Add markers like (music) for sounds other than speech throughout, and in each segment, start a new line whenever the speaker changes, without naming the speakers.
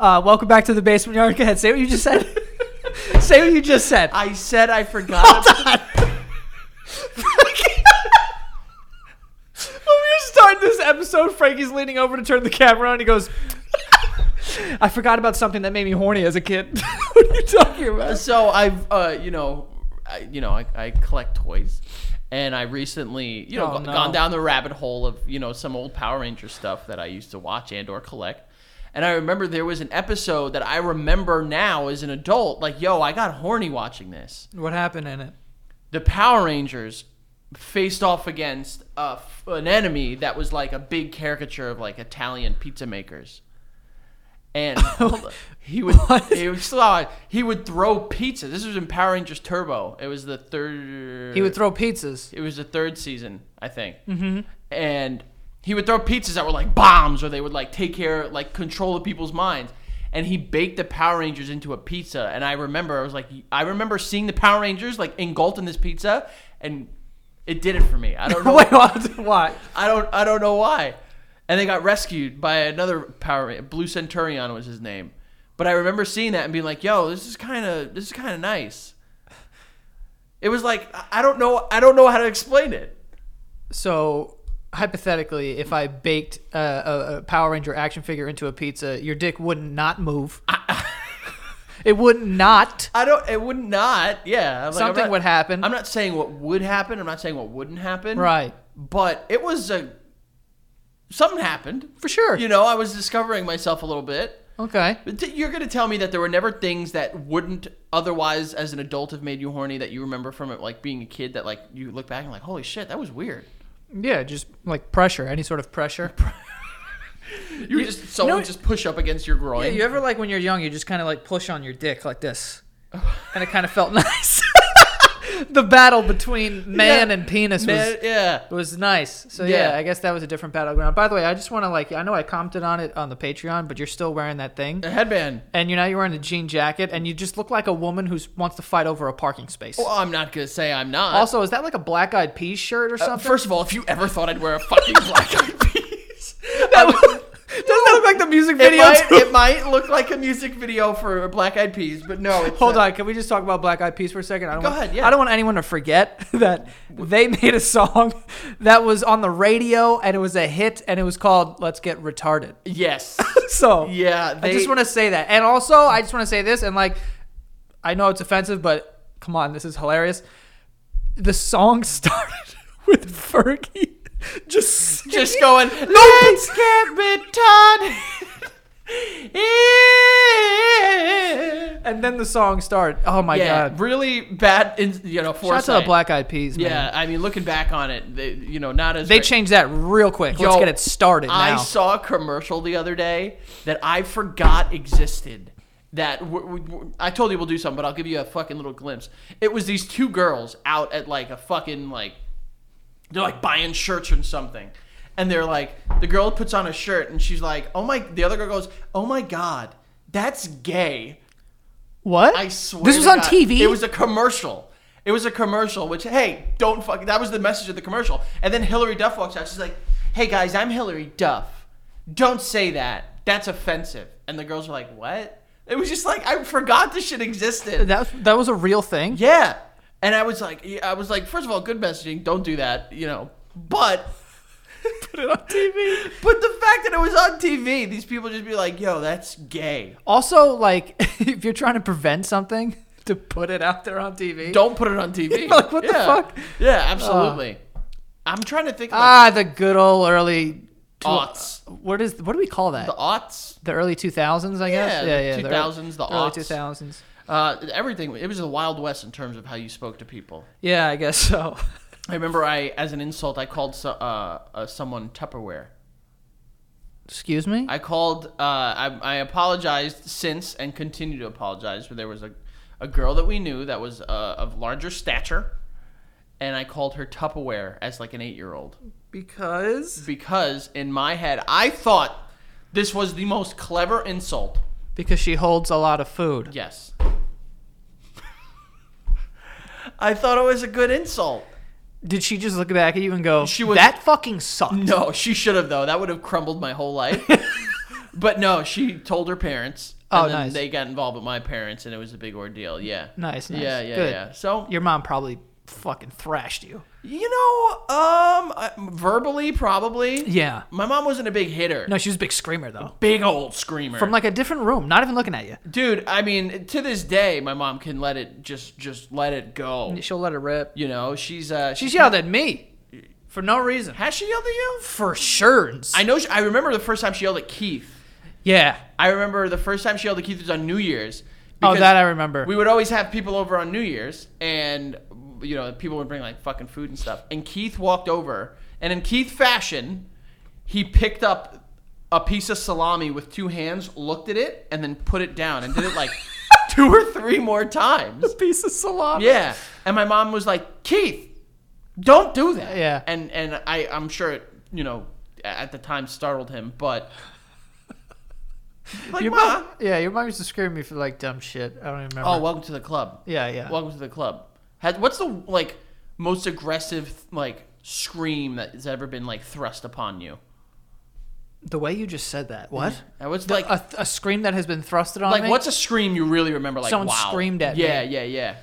Uh, welcome back to the basement yard. (laughs) Go ahead. Say what you just
(laughs)
said. say what you just said. (laughs)
I said I forgot.
Hold on. when we were starting this episode, Frankie's leaning over to turn the camera on. He goes, (laughs) I forgot about something that made me horny as a kid. (laughs) what are you talking about?
(laughs) so I've, uh, you know, I, you know, I, I collect toys, and I recently, you know,
Oh,
go-
no.
gone down the rabbit hole of you know some old Power Ranger stuff that I used to watch and or collect. And I remember there was an episode that I remember now as an adult, like, yo, I got horny watching this.
What happened in it?
the Power Rangers faced off against a, an enemy that was like a big caricature of like Italian pizza makers.
(laughs)
And hold on. he would
What?
he would, (laughs) slide- he would throw pizza. This was in Power Rangers Turbo. It was the third.
He would throw pizzas.
It was the third season, I think. Mm-hmm. And he would throw pizzas that were like bombs, or they would like take care, like control of people's minds. And he baked the Power Rangers into a pizza. And I remember, I was like, I remember seeing the Power Rangers like engulfed in this pizza, and it did it for me.
(laughs)
I don't
(laughs)
know.
Wait, what? Why?
I don't. I don't know why. And they got rescued by another Power Ranger. Blue Centurion was his name. But I remember seeing that and being like, "Yo, this is kind of this is kind of nice." It was like I- I don't know. I don't know how to explain it.
So hypothetically, if I baked uh, a, a Power Ranger action figure into a pizza, your dick would
(laughs)
not move. it would not.
I don't. It would not. Yeah. I'm like, I'm
Something
not-
would happen.
I'm not saying what would happen. I'm not saying what wouldn't happen.
Right.
But it was a. Something happened.
For sure.
You know, I was discovering myself a little bit.
okay.
But th- You're gonna tell me that there were never things that wouldn't otherwise, as an adult, have made you horny that you remember from it, like being a kid that like you look back and like, holy shit, that was weird.
Yeah, just like pressure, any sort of pressure.
You were just someone
no-
just push up against your groin.
Yeah, you ever like when you're young, you just kind of like push on your dick like this, and it kind of felt (laughs) nice. the battle between man
Yeah.
and penis
Man,
was
yeah.
It was nice. So yeah.
Yeah.
I guess that was a different battleground. By the way, I just want to like I know I commented on it on the Patreon, but you're still wearing that thing.
A headband.
And you know you're wearing a jean jacket and you just look like a woman who wants to fight over a parking space.
Well, I'm not gonna say I'm not.
also, is that like a black eyed peas shirt or
Uh, (laughs)
something?
first of all, if you ever thought I'd wear a fucking black eyed piece,
That
(laughs)
was, doesn't that look like the music
it
video?
might,
too?
it might look like a music video for Black Eyed Peas, but no. It's
Hold
uh,
on, can we just talk about Black Eyed Peas for a second? I don't
Go
want,
ahead, yeah.
I don't want anyone to forget (laughs) that they made a song that was on the radio and it was a hit and it was called "Let's Get Retarded." (laughs)
Yes.
So
Yeah.
I just
they-
want to say that. And also, I just want to say this and like I know it's offensive, but come on, this is hilarious.
the
(laughs)
song started with Fergie just
(laughs) just going.
Let's get retarded. and then the song started. Oh my
yeah,
god!
really bad. In, you know,
Shout out
foresight.
to the black eyed peas, man.
Yeah, I mean, looking back on it, they, you know, not as
They
great.
changed that real quick. Let's
Yo,
get it started
I
now.
saw a commercial the other day that I forgot existed. That w- w- w- I told you we'll do something, but I'll give you a fucking little glimpse. It was these two girls out at like a fucking like they're like buying shirts or something. And they're like, the girl puts on a shirt and she's like, oh my, the other girl goes, oh my God, that's gay.
what?
I swear.
This was
to
on
God,
TV?
It was a commercial. It was a commercial, which hey, don't fuck. That was the message of the commercial. And then Hillary Duff walks out. She's like, "Hey guys, I'm Hillary Duff. Don't say that. That's offensive." And the girls were like, "What?" It was just like I forgot this shit existed.
That was, that was a real thing.
yeah. And I was like, I was like, first of all, good messaging. Don't do that, you know.
(laughs)
But
Put it on TV.
but the fact that it was on TV, these people just be like, "Yo, that's gay."
Also, like (laughs) if you're trying to prevent something, (laughs) to put it out there on TV.
Don't put it on
(laughs)
TV.
Like, what the
Yeah.
fuck?
Yeah, absolutely. I'm trying to think like
ah, the good old early tw-
aughts.
What is what do we call that?
The
The,
aughts.
early 2000s, I guess.
Yeah, the 2000s, the
early, early
aughts.
2000s.
Uh, everything. It was the Wild West in terms of how you spoke to people.
Yeah, I guess so. (laughs)
I remember I, as an insult, I called so, uh, uh, someone Tupperware.
Excuse me.
I called. Uh, I, I apologized since and continue to apologize. But there was a, a girl that we knew that was uh, of larger stature, and I called her Tupperware as like an eight year old.
Because
because in my head I thought this was the most clever insult.
because she holds a lot of food.
Yes. (laughs) I thought it was a good insult.
Did she just look back at you and go,
She was-
"That fucking sucked"? (laughs)
No, she should have though. That would have crumbled my whole life. But no, she told her parents.
Oh,
and then
nice.
They got involved with my parents, and it was a big ordeal. Yeah.
Nice, nice.
Yeah, yeah,
Good.
yeah. So
Your mom probably fucking thrashed you.
you know, um, I- verbally probably.
Yeah.
My mom wasn't a big hitter.
No, she was a big screamer though.
Big old screamer.
From like a different room, not even looking at you.
dude, I mean, to this day, my mom can let it just just let it go.
She'll let her rip.
You know, she's uh,
She's yelled at me for no reason.
Has she yelled at you?
For sure.
I know. She, I remember the first time she yelled at Keith.
yeah.
I remember the first time she yelled at Keith was on New Year's.
Oh,
because
that I remember.
We would always have people over on New Year's, and you know, people would bring like fucking food and stuff. And Keith walked over, and in Keith fashion, he picked up a piece of salami with two hands, looked at it, and then put it down, and did it like
(laughs)
two or three more times.
piece of salami.
Yeah, and my mom was like, Keith, don't do that.
Yeah.
and and I I'm sure it you know at the time startled him,
(laughs)
but like
Your
ma.
mom, yeah, your mom used to scream at me for like dumb shit. I don't even remember.
Oh, welcome to the club.
yeah, yeah.
Welcome to the club. Has, what's the like most aggressive like scream that has ever been like thrust upon you?
the way you just said that. What?
And what's
The-
Mm-hmm. like
a, a scream that has been thrusted on
like
me.
what's a scream you really remember? Like
Someone
wow.
screamed at
yeah,
me.
Yeah, yeah,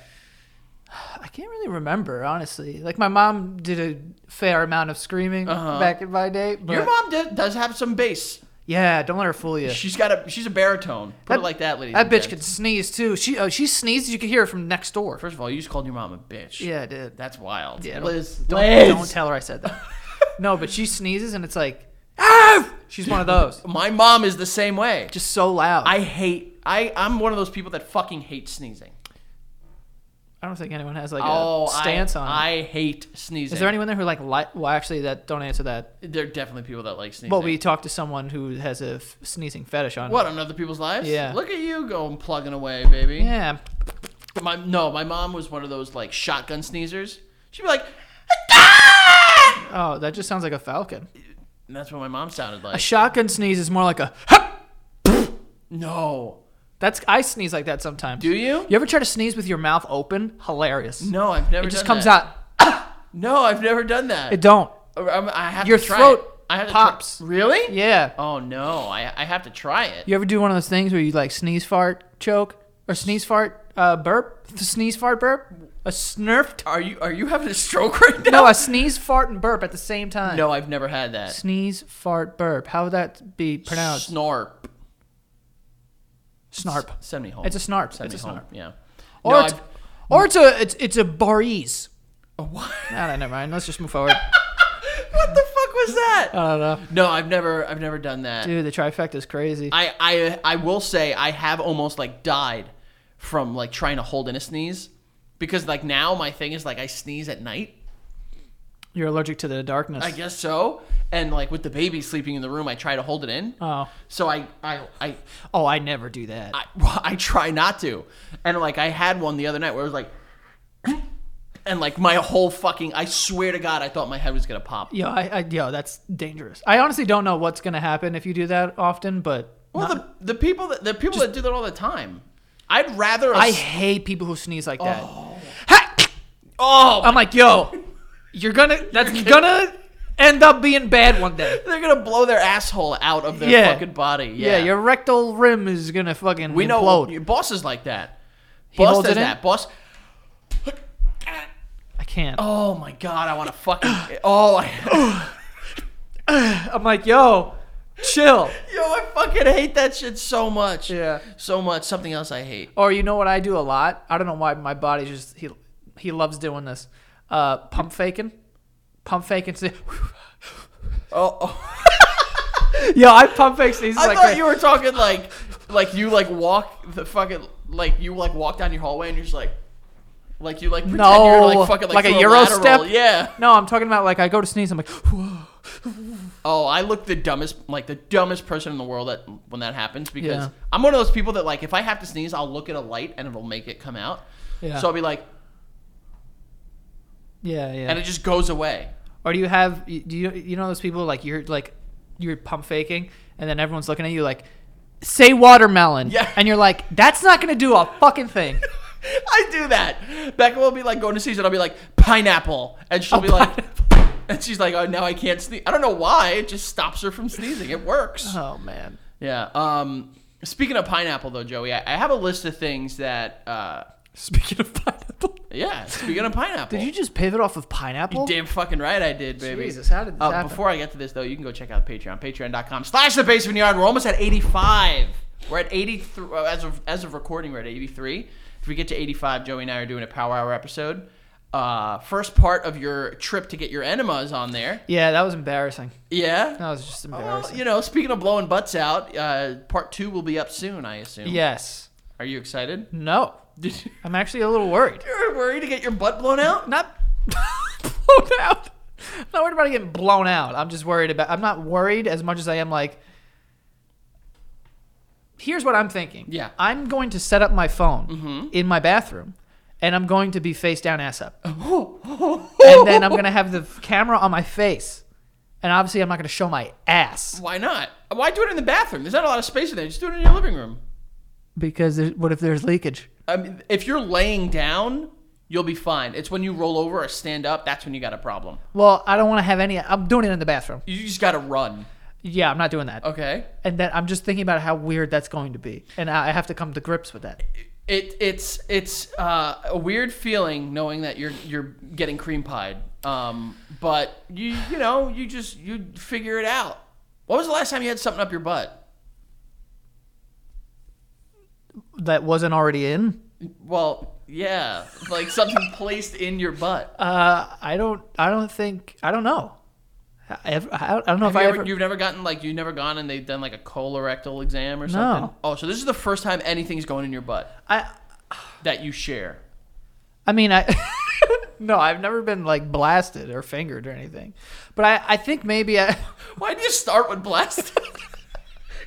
I can't really remember honestly. Like my mom did a fair amount of screaming back in my day. But
Uh-huh. Your mom did, does have some bass.
Yeah, don't let her fool you.
She's got a she's a baritone. Put it like that, ladies.
That
and
bitch
gents.
could sneeze too. She oh, she sneezed. You could hear it from next door.
First of all, you just called your mom a bitch.
Yeah, I did.
That's wild.
Yeah,
Liz,
Don't,
Liz.
don't (laughs) tell her I said that. no, but she sneezes and it's like, ah! She's one of those.
My mom is the same way. Just
Just so loud. I,
I hate. I I'm one of those people that fucking hate sneezing.
I don't think anyone has like a
oh,
stance
I,
on it.
I hate sneezing.
Is there anyone there who like li- well actually that don't answer that.
There are definitely people that like sneezing.
Well, we talked to someone who has a f- sneezing fetish on.
what on other people's lives?
Yeah.
Look at you going plugging away, baby.
Yeah.
My no, my mom was one of those like shotgun sneezers. She'd be like,
Oh, that just sounds like a falcon.
and that's what my mom sounded
A
like.
shotgun sneeze is more like a. (laughs) Hup!
no,
That's I sneeze like that sometimes.
do you?
You ever try to sneeze with your mouth open? Hilarious.
No, I've never.
it just
done
comes
that.
out.
No, I've never done that.
It don't.
I'm- I have
Your
to try
throat
it. I have to
pops.
Try. Really?
Yeah.
Oh no, I I have to try it.
You ever do one of those things where you like sneeze, fart, choke, or sneeze, fart, uh, burp, sneeze, fart, burp, a snurf? T-
Are you are you having a stroke right now?
no, a sneeze, fart, and burp at the same time.
No, I've never had that.
Sneeze, fart, burp. How would that be pronounced?
Snarp.
Snarp.
Send me home.
It's a snarp.
Send
It's a
me home.
snarp.
Yeah.
Or
no,
it's,
I've-
or it's a it's it's a barese.
Oh, what? (laughs)
Nah, nah, never mind. Let's just move forward.
what the fuck was that?
I don't know,
Uh, no, I've never I've never done that.
dude. The trifecta is crazy.
I I I will say I have almost like died from like trying to hold in a sneeze because like now my thing is like I sneeze at night.
You're allergic to the darkness.
I guess so. And like with the baby sleeping in the room, I try to hold it in.
Oh,
So I I I
oh, I never do that.
I, (laughs) well, I try not to. And like I had one the other night where it was like, (clears throat) and like my whole fucking, I swear to God, I thought my head was gonna pop.
yo, I, I, yo, that's dangerous. I honestly don't know what's gonna happen if you do that often, but
Well, the the people that the people that do that all the time. I'd rather a
I
s-
hate people who sneeze like that.
oh,
I'm like, yo, you're gonna that's
(laughs)
gonna end up being bad one day.
they're gonna blow their asshole out of their
Yeah.
fucking body. Yeah,
Yeah, your rectal rim is gonna fucking
we know
implode.
your boss is like that. Boss
holds
does
it in?
that. Boss.
I can't.
Oh my god, I want to fucking. (coughs) Oh, I, (laughs)
I'm like, yo, chill.
yo, I fucking hate that shit so much.
Yeah.
so much. Something else I hate.
Or you know what I do a lot? I don't know why my body's just he he loves doing this. Uh, pump faking, pump faking. sne- (laughs)
Oh, oh.
Yo, I pump fake sneezes
I
like
thought
crazy.
you were talking like, like you like walk the fucking like you like walk down your hallway and you're just like, like you like pretend you're gonna,
No,
like fucking like,
like a
do
Euro
lateral.
step?
Yeah.
No, I'm talking about like I go to sneeze. I'm like, (laughs) whoa.
Oh, I look the dumbest, like the dumbest person in the world at, when that happens because
Yeah.
I'm one of those people that like if I have to sneeze, I'll look at a light and it'll make it come out.
Yeah.
So I'll be like,
yeah, yeah.
and it just goes away. (laughs)
Or do you have you- do you you know those people like you're like you're pump faking and then everyone's looking at you like say watermelon
Yeah.
and you're like that's not gonna do a fucking thing.
(laughs) I do that. Becca will be like going to sneeze and I'll be like pineapple, and she'll be like, (laughs) and she's like, oh now I can't sneeze. I don't know why. It just stops her from sneezing. It works.
oh man,
Yeah. Um, speaking of pineapple, though, Joey, I, I have a list of things that. Uh,
Speaking of pineapple,
yeah. Speaking of pineapple.
Did you just pivot off of pineapple?
You damn fucking right I did, baby.
Jesus, how did this
uh,
happen?
Before I get to this, though, you can go check out Patreon. Patreon.com slash The Basement Yard. We're almost at 85. We're at 83. well, As of, as of recording, we're at 83. If we get to 85, Joey and I are doing a Power Hour episode. Uh, first part of your trip to get your enemas on there.
Yeah, that was embarrassing.
Yeah.
That was just
Well,
embarrassing.
you know, speaking of blowing butts out, uh, part two will be up soon, I assume.
Yes.
Are you excited?
No.
Did you,
I'm actually a little worried.
you're worried to get your butt blown (laughs) out?
Not (laughs) blown out. I'm not worried about getting blown out. I'm just worried about. I'm not worried as much as I am like. Here's what I'm thinking.
Yeah.
I'm going to set up my phone in my bathroom, and I'm going to be face down, ass (laughs) up, and then I'm going to have the f- camera on my face, and obviously I'm not going to show my ass
Why not? Why do it in the bathroom? There's not a lot of space in there. Just do it in your living room.
because there, what if there's leakage?
I mean, if you're laying down, you'll be fine. It's when you roll over or stand up that's when you got a problem.
Well, I don't want to have any. I'm doing it in the bathroom.
You just got to run.
Yeah, I'm not doing that.
Okay.
And then I'm just thinking about how weird that's going to be, and I I have to come to grips with that.
It it's it's uh, a weird feeling knowing that you're you're getting cream pied. Um, but you you know you just you figure it out. What was the last time you had something up your butt?
that wasn't already in.
Well, yeah, like (laughs) something placed in your butt.
Uh, I don't. I don't think. I don't know. I, ever- I don't- I don't know
Have
if I
you ever,
ever.
you've never gotten like you've never gone and they've done like a colorectal exam or something.
No.
Oh, so this is the first time anything's going in your butt
I.
that you share.
I mean, I. (laughs) no, I've never been like blasted or fingered or anything. But I. I think maybe I. (laughs)
Why do you start with blast? (laughs)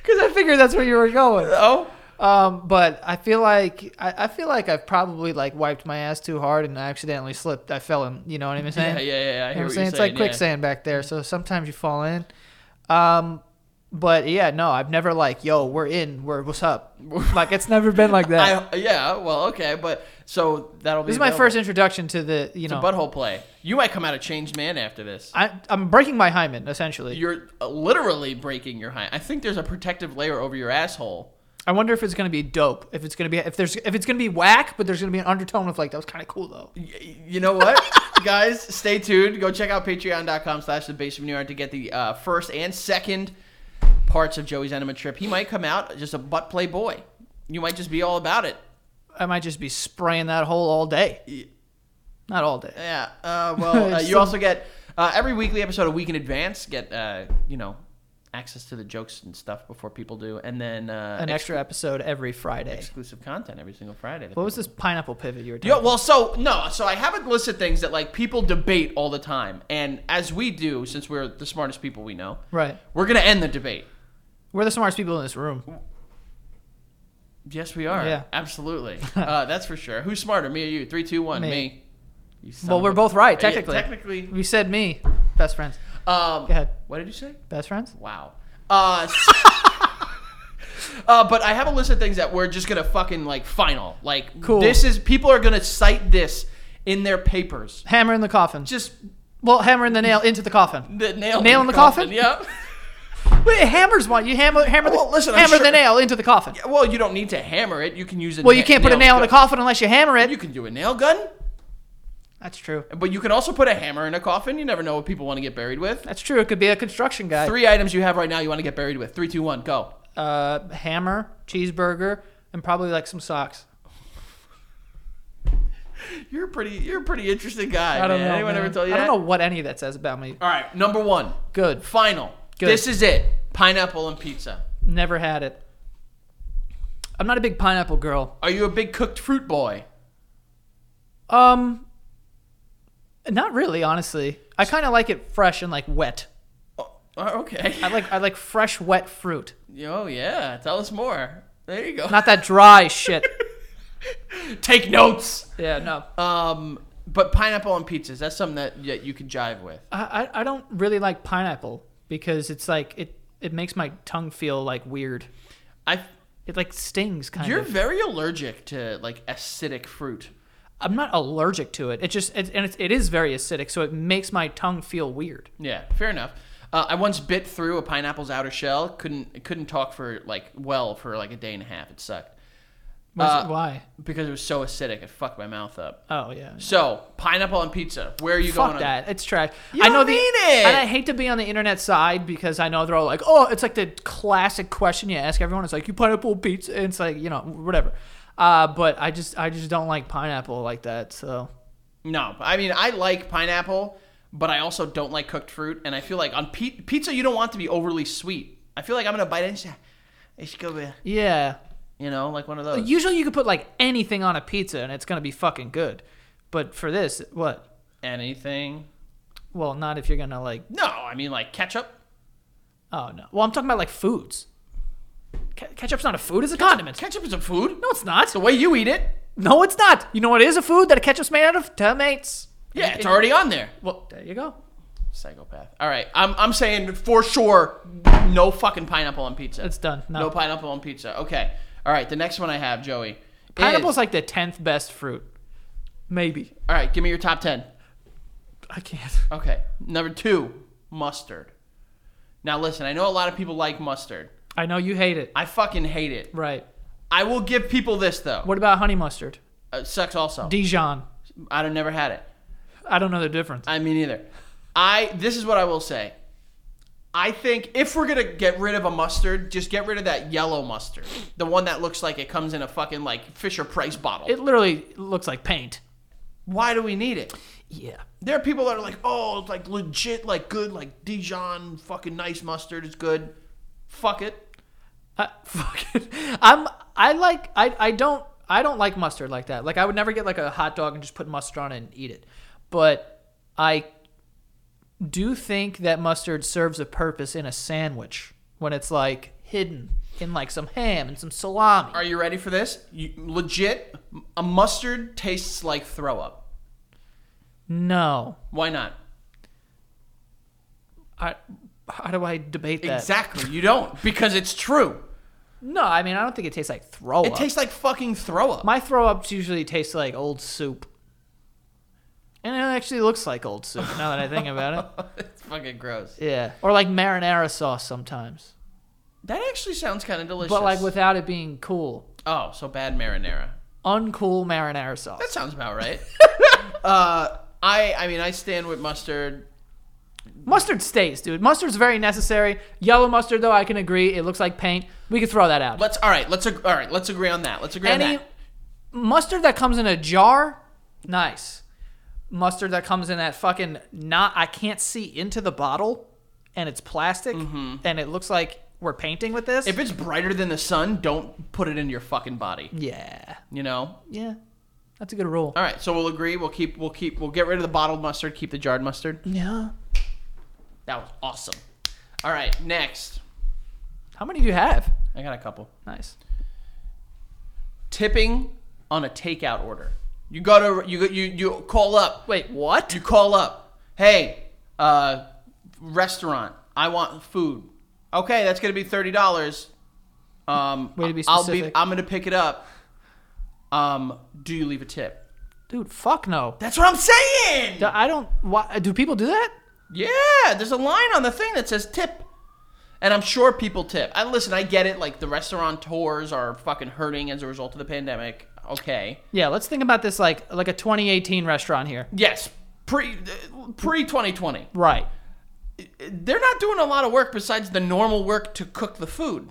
Because I figured that's where you were going.
oh,
Um, but I feel like I, I feel like I've probably like wiped my ass too hard and I accidentally slipped. I fell in. You know what I'm saying?
(laughs) yeah, yeah, yeah. I
You
hear
know what I'm
what
saying?
you're
It's like
saying, yeah.
quicksand back there. So sometimes you fall in. Um, but yeah, no, I've never like, yo, we're in, we're what's
(laughs)
up? like it's never been like that.
I, yeah, well, okay, but so that'll be
this is my
available.
first introduction to the, you know,
butthole play. You might come out a changed man after this.
I, I'm breaking my hymen essentially.
You're uh, literally breaking your hind. I think there's a protective layer over your asshole.
I wonder if it's gonna be dope. If it's gonna be, if there's, if it's gonna be whack, but there's gonna be an undertone of like that was kind of cool though.
Y- you know what (laughs) guys stay tuned go check out patreon.com slash the base of new york to get the uh, first and second parts of joey's enema trip he might come out just a butt play boy you might just be all about it
I might just be spraying that hole all day. Not all day.
yeah uh,
(laughs)
well uh, you
Some-
also get uh, every weekly episode a week in advance get uh, you know access to the jokes and stuff before people do and then uh,
An
ex-
extra episode every Friday.
exclusive content every single friday
What was this pineapple pivot you were doing?
Yo, well, so no, so I have a list of things that like people debate all the time, and as we do, since we're the smartest people we know,
Right.
We're gonna end the debate.
We're the smartest people in this room.
Yes, we are.
Yeah. (laughs)
absolutely. uh, that's for sure. Who's smarter, me or you? Three, two, one.
Me.
Me. You son
Well,
of
we're
a-
both right,
Yeah,
technically.
technically.
We said me. Best friends.
Um,
Go ahead.
What did you say?
Best friends?
Wow. Uh,
(laughs)
s- uh, but I have a list of things that we're just gonna fucking like final. Like,
Cool.
This is people are gonna cite this in their papers.
Hammer in the coffin.
Just
well, hammer in the nail into the coffin.
the nail.
Nail in the coffin?
Yep.
Wait, hammers one. You hammer hammer the
Well, listen, I'm
hammer the
sure-
nail into the coffin.
(laughs) Well, you don't need to hammer it. You can use a.
Well, you can't put a nail in a
gun.
coffin unless you hammer it.
You can do a nail gun,
That's true.
but you can also put a hammer in a coffin. You never know what people want to get buried with.
That's true. It could be a construction guy.
Three items you have right now you want to get buried with. Three, two, one, go.
Uh, hammer, cheeseburger, and probably like some socks.
You're a pretty. You're a pretty interesting guy.
I don't
man.
know.
Anyone
man.
ever tell you
I don't
that?
know what any of that says about me.
All right, number one,
Good.
final.
Good.
This is it. Pineapple and pizza.
Never had it. I'm not a big pineapple girl.
Are you a big cooked fruit boy?
Um, not really, honestly. I kind of like it fresh and like wet.
Oh, oh, okay.
I like I like fresh wet fruit,
(laughs) Oh yeah. Tell us more. There you go.
not that dry shit.
(laughs) Take notes.
Yeah, no.
Um, but pineapple and pizzas. That's something that, that you could jive with.
I, I I don't really like pineapple because it's like it it makes my tongue feel like weird.
I
It like stings kind
You're
of.
very allergic to like acidic fruit.
I'm not allergic to it. It just it, and it's, it is very acidic, so it makes my tongue feel weird.
Yeah, fair enough. Uh, I once bit through a pineapple's outer shell. Couldn't couldn't talk for like well for like a day and a half. It sucked
Was-
Uh,
why?
because it was so acidic. It fucked my mouth up.
Oh yeah.
So pineapple and pizza. Where are you going?
Fuck
on-
that. It's trash.
You
I know
don't
the,
mean it.
And I hate to be on the internet side because I know they're all like, oh, it's like the classic question you ask everyone. It's like, you pineapple pizza? And it's like, you know, whatever. Uh, but I just, I just don't like pineapple like that. So
No, I mean I like pineapple, but I also don't like cooked fruit. And I feel like on pi- pizza you don't want to be overly sweet. I feel like I'm gonna bite it and just, it's gonna be,
yeah.
you know, like one of those.
Usually you could put like anything on a pizza and it's gonna be fucking good. But for this, what?
Anything?
Well, not if you're gonna like.
No, I mean like ketchup.
Oh no. Well, I'm talking about like foods. Ke- ketchup's not a food. It's a condiment.
Ketchup is a food.
No, it's not.
The way you eat it,
No, it's not. You know what is a food that a ketchup's made out of? Tomates.
yeah, it's already on there.
Well, there you go.
Psychopath. All right, I'm, I'm saying for sure, no fucking pineapple on pizza.
It's done. No.
No pineapple on pizza. Okay. All right, the next one I have, Joey.
Pineapple's
is-
like the tenth best fruit. Maybe.
All right, give me your top ten.
I can't.
Okay. Number two, mustard. Now listen, I know a lot of people like mustard.
I know you hate it.
I fucking hate it.
Right.
I will give people this though.
What about honey mustard?
Uh, sucks also.
Dijon.
I don't never had it.
I don't know the difference.
I mean either. I this is what I will say. I think if we're gonna get rid of a mustard, just get rid of that yellow mustard, the one that looks like it comes in a fucking like Fisher Price bottle.
It literally looks like paint.
Why do we need it?
Yeah.
There are people that are like, oh, it's like legit, like good, like Dijon, fucking nice mustard is good. Fuck it.
I, (laughs) fuck it. I'm. I like. I. I don't. I don't like mustard like that. Like I would never get like a hot dog and just put mustard on it and eat it. But I do think that mustard serves a purpose in a sandwich when it's like hidden in like some ham and some salami.
Are you ready for this? You, legit, a mustard tastes like throw up.
No.
Why not?
I. How do I debate that?
Exactly. You don't because it's true.
No, I mean I don't think it tastes like throw
It
up.
tastes like fucking throw up.
My throw ups usually taste like old soup. And it actually looks like old soup now that I think
(laughs)
about it.
(laughs) it's fucking gross.
Yeah, or like marinara sauce sometimes,
That actually sounds kind of delicious.
but like without it being cool.
oh, so bad marinara.
Uncool marinara sauce.
That sounds
(laughs)
about right. uh, I I mean I stand with mustard.
Mustard stays, dude. Mustard's very necessary. Yellow mustard, though, I can agree. It looks like paint. We could throw that out.
Let's all right. Let's ag- all right. Let's agree on that. Let's agree on
Any
that.
mustard that comes in a jar, nice. Mustard that comes in that fucking not I can't see into the bottle, and it's plastic, and it looks like we're painting with this.
Mm-hmm. If it's brighter than the sun, don't put it in your fucking body.
yeah,
You know.
yeah, that's a good rule.
All right. So we'll agree. We'll keep. We'll keep. We'll get rid of the bottled mustard. Keep the jarred mustard.
Yeah.
That was awesome. All right, next.
How many do you have?
I got a couple.
Nice.
Tipping on a takeout order. You go to you go- you you call up.
Wait, what?
You call up. Hey, uh, restaurant. I want food. Okay, that's gonna be thirty dollars. Um,
Way to be
I'll be.
specific.
I'm gonna pick it up. Um, do you leave a tip?
Dude, fuck no.
That's what I'm saying.
Do- I don't. Why, do people do that?
Yeah, there's a line on the thing that says tip. And I'm sure people tip. And listen, I get it. Like the restaurateurs are fucking hurting as a result of the pandemic. Okay.
Yeah, let's think about this like like a 2018 restaurant here.
Yes, pre pre 2020.
Right.
They're not doing a lot of work besides the normal work to cook the food.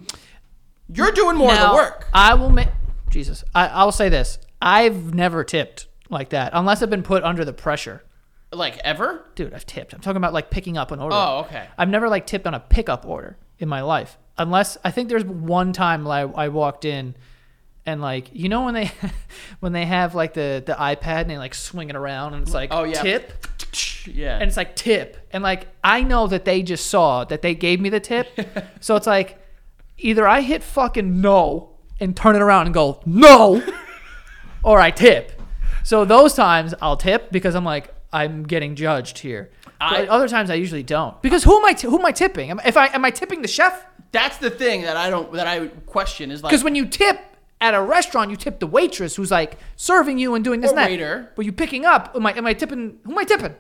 You're doing more of
Now,
the work.
I will make. Jesus, I, I'll say this. I've never tipped like that unless I've been put under the pressure.
Like ever?
Dude, I've tipped. I'm talking about like picking up an order.
Oh, okay.
I've never like tipped on a pickup order in my life, unless I think there's one time like I walked in, and like you know when they (laughs) when they have like the the iPad and they like swing it around and it's like
Oh, yeah.
tip
Yeah.
and it's like tip and like i know that they just saw that they gave me the
(laughs)
tip so it's like either i hit fucking no and turn it around and go no
(laughs)
or i tip so those times i'll tip because i'm like i'm getting judged here
I-
but other times i usually don't because who am i t- who am i tipping am, if i am i tipping the chef
That's the thing that I don't that I question is like
because when you tip at a restaurant, you tip the waitress who's like serving you and doing this
Or
and that.
waiter.
But you picking up? Am I am I tipping? Who am I tipping?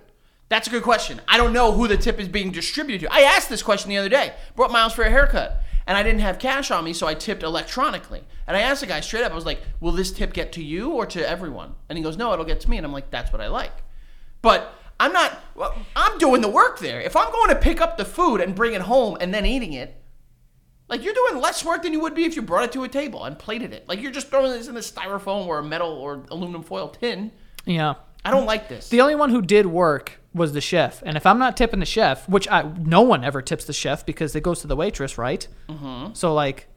That's a good question. I don't know who the tip is being distributed to. I asked this question the other day. Brought Miles for a haircut, and I didn't have cash on me, so I tipped electronically. And I asked the guy straight up. I was like, "Will this tip get to you or to everyone?" And he goes, "No, it'll get to me." And I'm like, "That's what I like." But I'm not. well, I'm doing the work there. If I'm going to pick up the food and bring it home and then eating it, like you're doing less work than you would be if you brought it to a table and plated it. Like you're just throwing this in a styrofoam or a metal or aluminum foil tin.
Yeah.
I don't like this.
Mm. The only one who did work was the chef. And if I'm not tipping the chef, which I no one ever tips the chef because it goes to the waitress, right? Mm-hmm. So like,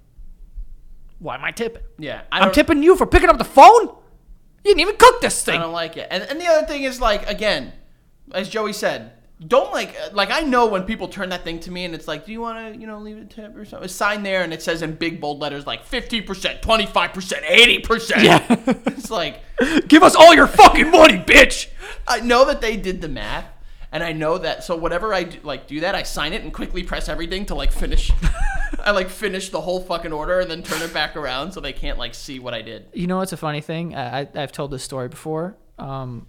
why am I tipping?
yeah, I
I'm
don't,
tipping you for picking up the phone. You didn't even cook this
I
thing.
don't like it. And and the other thing is like again, as Joey said, don't like like I know when people turn that thing to me and it's like, do you want to you know leave a tip or something? A sign there and it says in big bold letters like fifteen percent, twenty five percent, eighty percent.
Yeah.
(laughs) it's like
(laughs) Give us all your fucking money, bitch.
I know that they did the math. And I know that, so whatever I do, like do that, I sign it and quickly press everything to like finish. I like finish the whole fucking order and then turn it back around so they can't like see what I did.
You know what's a funny thing? I, I I've told this story before, um,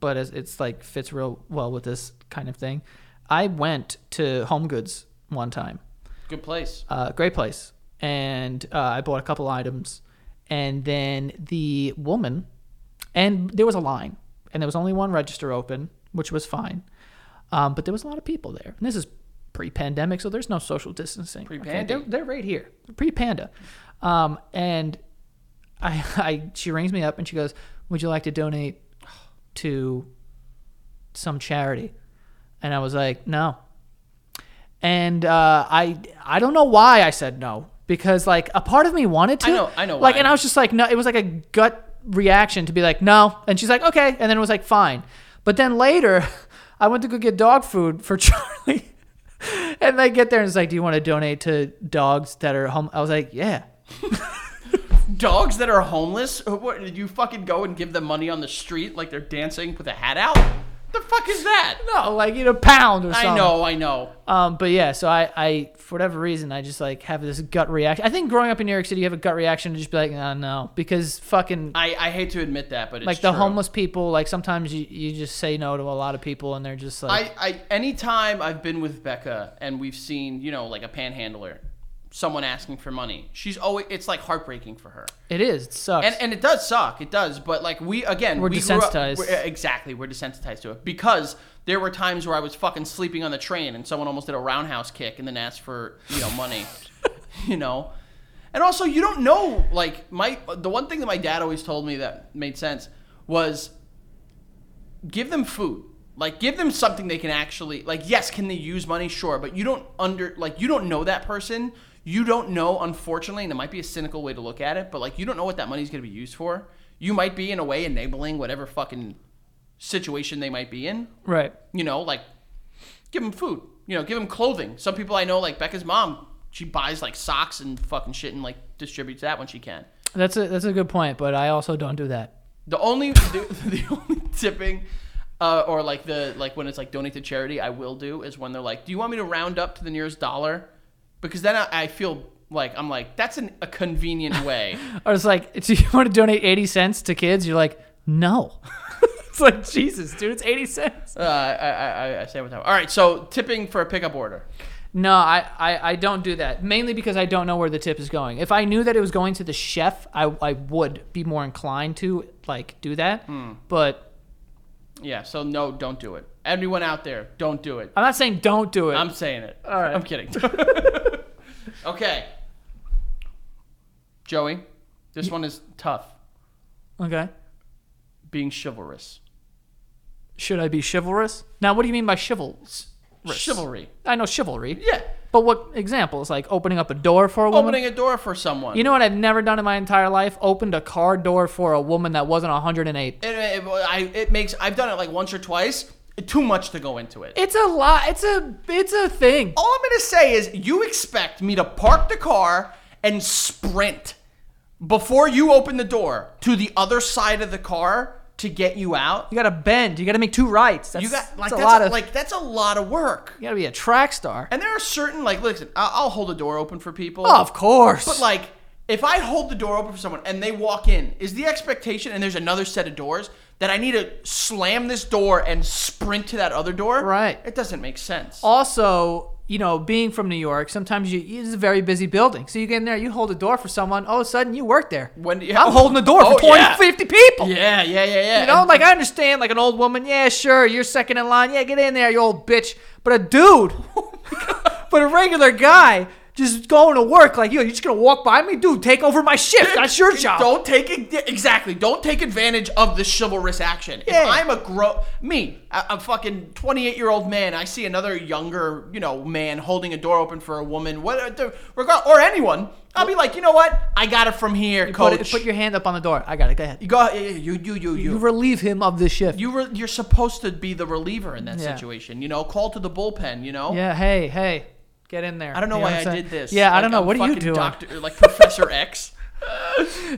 but it's, it's like fits real well with this kind of thing. I went to Home Goods one time.
Good place.
uh, great place. And uh, I bought a couple items. And then the woman, and there was a line, and there was only one register open, which was fine. Um, but there was a lot of people there. And this is pre pandemic, so there's no social distancing.
Pre-pandemic.
they're, they're right here, pre panda. Um, and I, (laughs) I, she rings me up and she goes, Would you like to donate to some charity? And I was like, No, and uh, I I don't know why I said no because like a part of me wanted to.
I know- I know
Like,
why.
and I was just like, no. It was like a gut reaction to be like, no. And she's like, okay. And then it was like, fine. But then later, (laughs) I went to go get dog food for (laughs) Charlie, and they get there and it's like, do you want to donate to dogs that are home? I was like, yeah.
Dogs that are homeless? uh, What, did you fucking go and give them money on the street like they're dancing with a hat out? The fuck is that?
No, like you know, pound or something.
I know, I know.
Um, but yeah, so I, I, for whatever reason, I just like have this gut reaction. I think growing up in New York City, you have a gut reaction to just be like, oh, no, because fucking
I, I hate to admit that, but it's
like the
true.
homeless people like sometimes you, you just say no to a lot of people and they're just like
I, I anytime I've been with Becca and we've seen, you know, like a panhandler, someone asking for money, she's always it's like heartbreaking for her.
it is it sucks
And and it does suck. It does. But like we again,
We're
we grew up-
desensitized.
we're- eh, exactly, we're desensitized to it because there were times where I was fucking sleeping on the train and someone almost did a roundhouse kick and then asked for you know money, (laughs) you know. And also, you don't know like my the one thing that my dad always told me that made sense was give them food. Like give them something they can actually like yes, can they use money? Sure, but you don't under like you don't know that person. You don't know, unfortunately, and it might be a cynical way to look at it, but like you don't know what that money's gonna be used for. You might be in a way enabling whatever fucking situation they might be in.
right
You know, like give them food. You know, give them clothing. Some people I know, like Becca's mom, she buys like socks and fucking shit and like distributes that when she can.
that's a that's a good point but i also don't do that
The only the, (laughs) the only tipping, uh, or like the like when it's like donate to charity, I will do is when they're like, "Do you want me to round up to the nearest dollar?" Because then I, I feel like I'm like that's an, a convenient way.
i was like (laughs) do you want to donate 80 cents to kids you're like no (laughs) it's like jesus dude it's 80 cents
uh, I, I I- I say what time. All right, so tipping for a pickup order.
no I, I i don't do that mainly because i don't know where the tip is going if i knew that it was going to the chef i i would be more inclined to like do that
Hmm.
but
Yeah, so no, don't do it. Everyone out there, don't do it.
i'm not saying don't do it
I'm saying it. All
right.
I'm kidding. okay, Joey, this one is tough.
okay
Being chivalrous,
should i be chivalrous now what do you mean by chivalrous
chivalry.
I know chivalry.
Yeah.
But what examples? Like opening up a door for a woman?
Opening a door for someone.
you know what I've never done in my entire life? Opened a car door for a woman that wasn't 108.
It, it, I, it makes. I've done it like once or twice. Too much to go into it.
It's a lot. It's a it's a thing.
All I'm gonna say is, you expect me to park the car and sprint before you open the door to the other side of the car to get you out.
You got to bend. You got to make two rights. That's,
You got like
that's a
that's,
lot of
like that's a lot of work.
you got to be a track star. Oh,
And there are certain like listen, I- I'll hold a door open for people.
of course.
But like, If I hold the door open for someone and they walk in, is the expectation and there's another set of doors that I need to slam this door and sprint to that other door?
Right.
It doesn't make sense.
also, you know, being from New York, sometimes you it's a very busy building. So you get in there, you hold a door for someone, all of a sudden you work there.
When do you-
I'm holding the door
Oh,
for 20,
yeah.
50 people.
yeah, yeah, yeah, yeah.
You know,
And-
like I understand, like an old woman, yeah, sure, you're second in line, yeah, get in there, you old bitch. But a dude, (laughs) but a regular guy just going to work, like, yo, you're just gonna walk by me, dude, take over my shift. That's (laughs) your job.
Don't take ad- exactly. Don't take advantage of the chivalrous action.
Yeah.
If I'm a grow me, a, a fucking 28 year old man. I see another younger, you know, man holding a door open for a woman, what uh, the- regard or anyone. I'll be like, you know what? I got it from here,
Put, it-
coach.
put your hand up on the door. I got it. Go ahead.
you go. You you you
You
you.
relieve him of this shift.
You were, you're supposed to be the reliever in that
Yeah.
situation, you know. Call to the bullpen, you know.
yeah. Hey, hey, get in there.
I don't know
You
why
what I'm
I
saying?
did this.
Yeah, I
Like,
don't know.
I'm
what are you
fucking
doing?
Doctor, like
(laughs)
Professor X.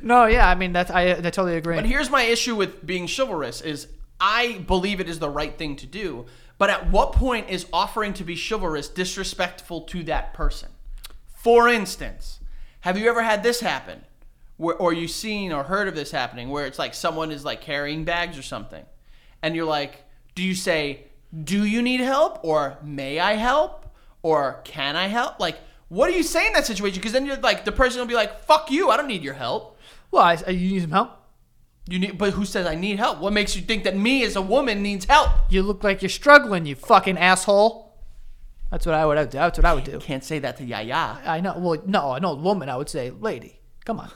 No, yeah, I mean that's I, I totally agree.
But here's my issue with being chivalrous is I believe it is the right thing to do, but at what point is offering to be chivalrous disrespectful to that person? For instance, have you ever had this happen? Where, or you seen or heard of this happening where it's like someone is like carrying bags or something and you're like, do you say, do you need help? Or may I help? Or can I help? Like, what do you say in that situation? Because then you're like, the person will be like, fuck you, I don't need your help.
well, I, you need some help.
You need, but who says I need help? What makes you think that me as a woman needs help?
You look like you're struggling. You fucking asshole. That's what I would. That's what I would do.
Can't say that to Yaya.
I know. Well, no, an old woman. I would say, lady, come
(laughs)
on.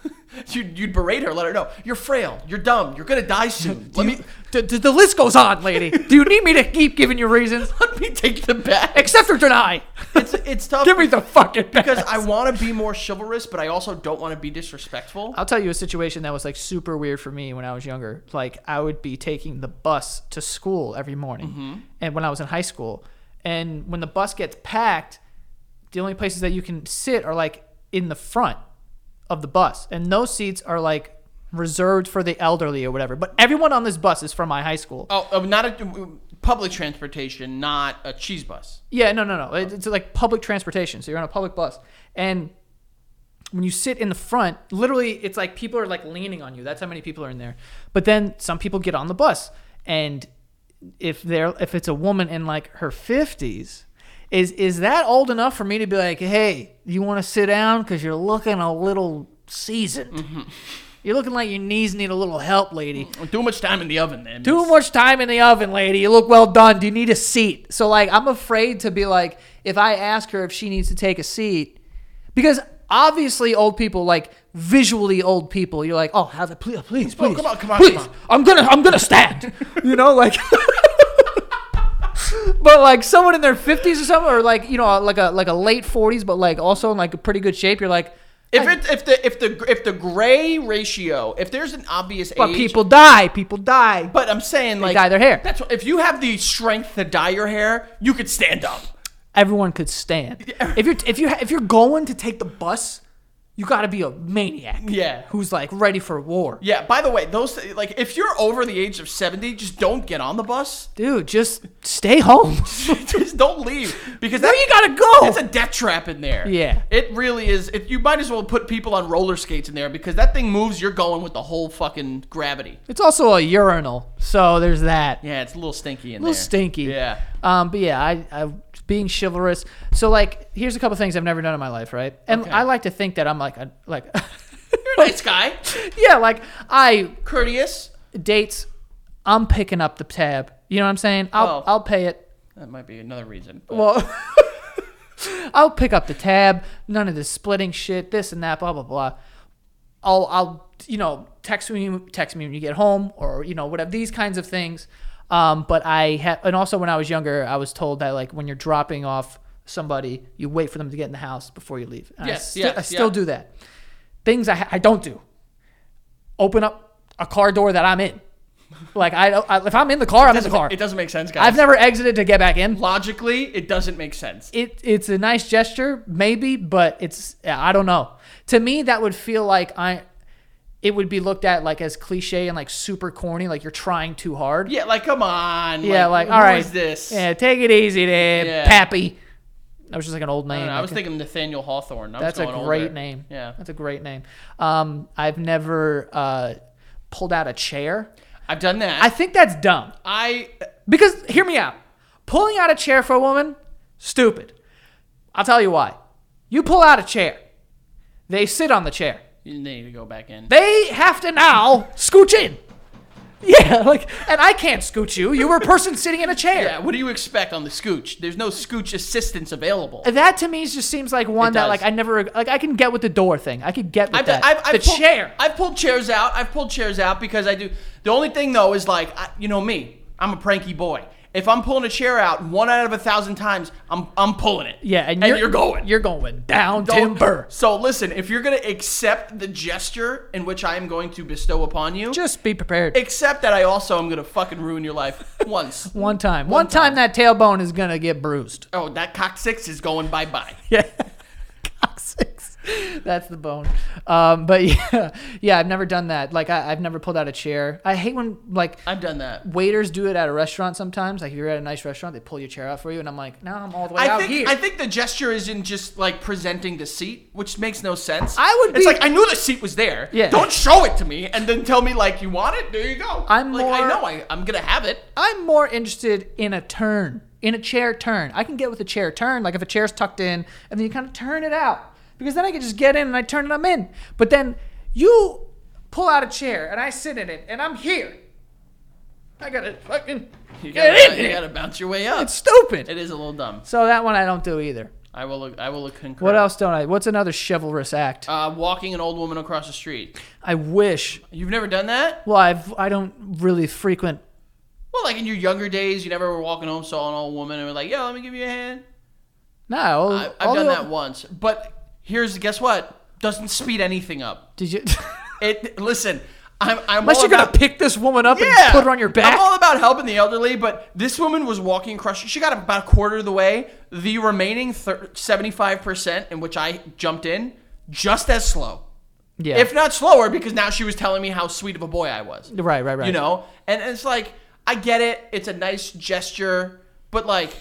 You'd, you'd berate her, let her know you're frail, you're dumb, you're gonna die (laughs) soon. Let me,
the, the, the list goes on, lady. do you need me to keep giving you
(laughs)
reasons?
let me take the back.
Accept or deny.
It's it's
(laughs)
tough
Give me the fucking
(laughs) because
bags.
I want to be more chivalrous, but I also don't want to be disrespectful.
I'll tell you a situation that was like super weird for me when I was younger. Like I would be taking the bus to school every morning, and when I was in high school, and when the bus gets packed, the only places that you can sit are like in the front of the bus, and those seats are like reserved for the elderly or whatever. But everyone on this bus is from my high school.
Oh, oh, not a public transportation, not a cheese bus.
Yeah, no, no, no. It- It's like public transportation. So you're on a public bus, and when you sit in the front, literally, it's like people are like leaning on you. That's how many people are in there. But then some people get on the bus, and if they're if it's a woman in like her fifties, is is that old enough for me to be like, hey, you want to sit down because you're looking a little seasoned. You're looking like your knees need a little help, lady.
Too much time in the oven, then.
Too much time in the oven, lady. You look well done. Do you need a seat? So like I'm afraid to be like if I ask her if she needs to take a seat because obviously old people like visually old people you're like, "Oh, how the please please please.
Oh, come on, come on,
please.
come on."
I'm going to I'm going to
(laughs)
stand." you know, like (laughs) But like someone in their 50s or something or like, you know, like a like a late 40s but like also in like a pretty good shape, you're like
If it if the if the if the gray ratio, if there's an obvious
but
age,
people die, people die.
But I'm saying like
dye their hair.
That's what, if you have the strength to dye your hair, you could stand up.
everyone could
(laughs)
stand. If you're if you if you're going to take the bus, you got to be a maniac.
Yeah.
who's like ready for war,
Yeah. By the way, those like if you're over the age of seventy, just don't get on the bus. (laughs)
dude. Just stay home. (laughs)
just don't leave because
Where
that,
you gotta go?
It's a death trap in there.
Yeah.
It really is. If you might as well put people on roller skates in there because that thing moves. You're going with the whole fucking gravity.
it's also a urinal, so there's that.
Yeah, it's a little stinky in
A little
there.
stinky.
Yeah.
Um, but yeah, I, I being chivalrous. So like, here's a couple things I've never done in my life, right? And
Okay.
I like to think that I'm like a, like, (laughs)
You're a nice guy,
yeah, like I
courteous.
dates. I'm picking up the tab. You know what I'm saying? I'll
Oh.
I'll pay it.
That might be another reason. but-
Well, (laughs) I'll pick up the tab. None of this splitting shit. This and that. Blah blah blah. I'll I'll you know text me text me when you get home or you know whatever these kinds of things. Um, but I ha- and also when I was younger, I was told that like when you're dropping off somebody, you wait for them to get in the house before you leave. And I,
Yes,
sti-
yes,
I still
yeah.
do that. Things I ha- I don't do. Open up a car door that I'm in. Like I, don't- I if I'm in the car, I'm in the car.
It doesn't make sense, guys.
I've never exited to get back in
Logically, it doesn't make sense.
it it's a nice gesture maybe but it's i don't know to me that would feel like i it would be looked at like as cliche and like super corny like you're trying too hard
Yeah, like come on.
yeah like,
who
all right
is this?
yeah take it easy there
Yeah.
pappy I was just like an old
I,
man.
don't know, I
like
was
a-
thinking Nathaniel Hawthorne. I was
That's a
going
great
older.
name.
Yeah.
That's a great name. Um, I've never uh, pulled out a chair.
I've done that.
I think that's dumb.
I
Because hear me out. Pulling out a chair for a woman, stupid. I'll tell you why. You pull out a chair. They sit on the chair.
you need to go back in.
They have to now scooch in. (laughs) Yeah, like and I can't scooch you. You were a person (laughs) sitting in a chair.
yeah, what do you expect on the scooch? There's no scooch assistance available.
That to me just seems like one
It
that
does.
like I never like I can get with the door thing. I could get with
I've,
that.
I've, I've
the
pulled,
chair.
I've pulled chairs out. I've pulled chairs out because I do. The only thing though is like, I, you know me, I'm a pranky boy. If I'm pulling a chair out one out of a thousand times, I'm I'm pulling it.
Yeah, and,
you're going.
You're going down
Don't-
timber.
So listen, if you're gonna accept the gesture in which I am going to bestow upon you,
Just be prepared.
accept that I also am gonna fucking ruin
(laughs)
your life once.
one time. One, time. that tailbone is gonna get bruised.
oh, that cock six is going bye bye.
(laughs) Yeah. Coccyx. That's the bone. Um, but (laughs) yeah, yeah, I've never done that. Like I, I've never pulled out a chair. I hate when like
I've done that.
waiters do it at a restaurant sometimes. Like if you're at a nice restaurant, they pull your chair out for you, and I'm like, no, I'm all the way
I
out
think
here.
I think the gesture is in just like presenting the seat, which makes no sense.
I would
It's
be-
like I knew the seat was there.
Yeah.
Don't show it to me and then tell me like you want it. There you go.
I'm
like
more-
I know I I'm gonna have it.
I'm more interested in a turn, in a chair turn. I can get with a chair turn, like if a chair's tucked in, and then you kind of turn it out, because then I can just get in and I turn it, I'm in. But then you pull out a chair and I sit in it, and I'm here. I gotta fucking
You
get
gotta,
in
you
here.
gotta bounce your way up.
It's stupid.
It is a little dumb.
so that one I don't do either.
I will I will concur.
What else don't I? What's another chivalrous act?
Uh, walking an old woman across the street.
I wish.
You've never done that?
Well, I've I don't really frequent.
Well, like in your younger days, you never were walking home, saw an old woman, and were like, "Yo, let me give you a hand."
No, all,
I, I've
all
done
the-
that once, but here's guess what? Doesn't speed anything up.
Did you?
It listen, I'm
(laughs)
I'm
Unless
all
you're gonna
about-
pick this woman up
Yeah.
and put her on your back.
I'm all about helping the elderly, but this woman was walking across. She got about a quarter of the way. The remaining seventy five percent, in which I jumped in, just as slow,
yeah.
if not slower, because now she was telling me how sweet of a boy I was.
Right, right, right.
You know, and it's like I get it. It's a nice gesture, but like.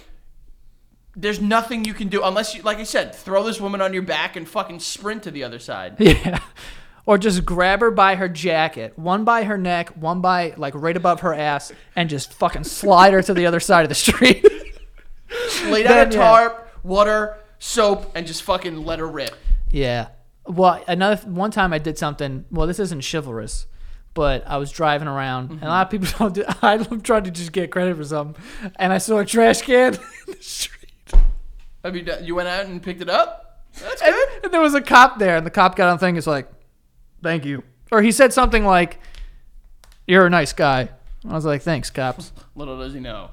There's nothing you can do unless you, like I said, throw this woman on your back and fucking sprint to the other side.
(laughs) (laughs) Yeah. Or just grab her by her jacket, one by her neck, one by like right above her ass, and just fucking slide her to the other side of the street. (laughs)
Laid out a
Then, yeah.
tarp, water, soap, and just fucking let her rip.
yeah. Well, another one time I did something. Well, this isn't chivalrous, but I was driving around,
Mm-hmm.
and a lot of people (laughs) don't do. I'm trying to just get credit for something, and I saw a trash can (laughs) in the street,
Have you done, you went out and picked it up? That's
and,
good.
and there was a cop there, and the cop got on the thing. It's like, thank you, or he said something like, "You're a nice guy." I was like, "Thanks, cops."
Little does he know.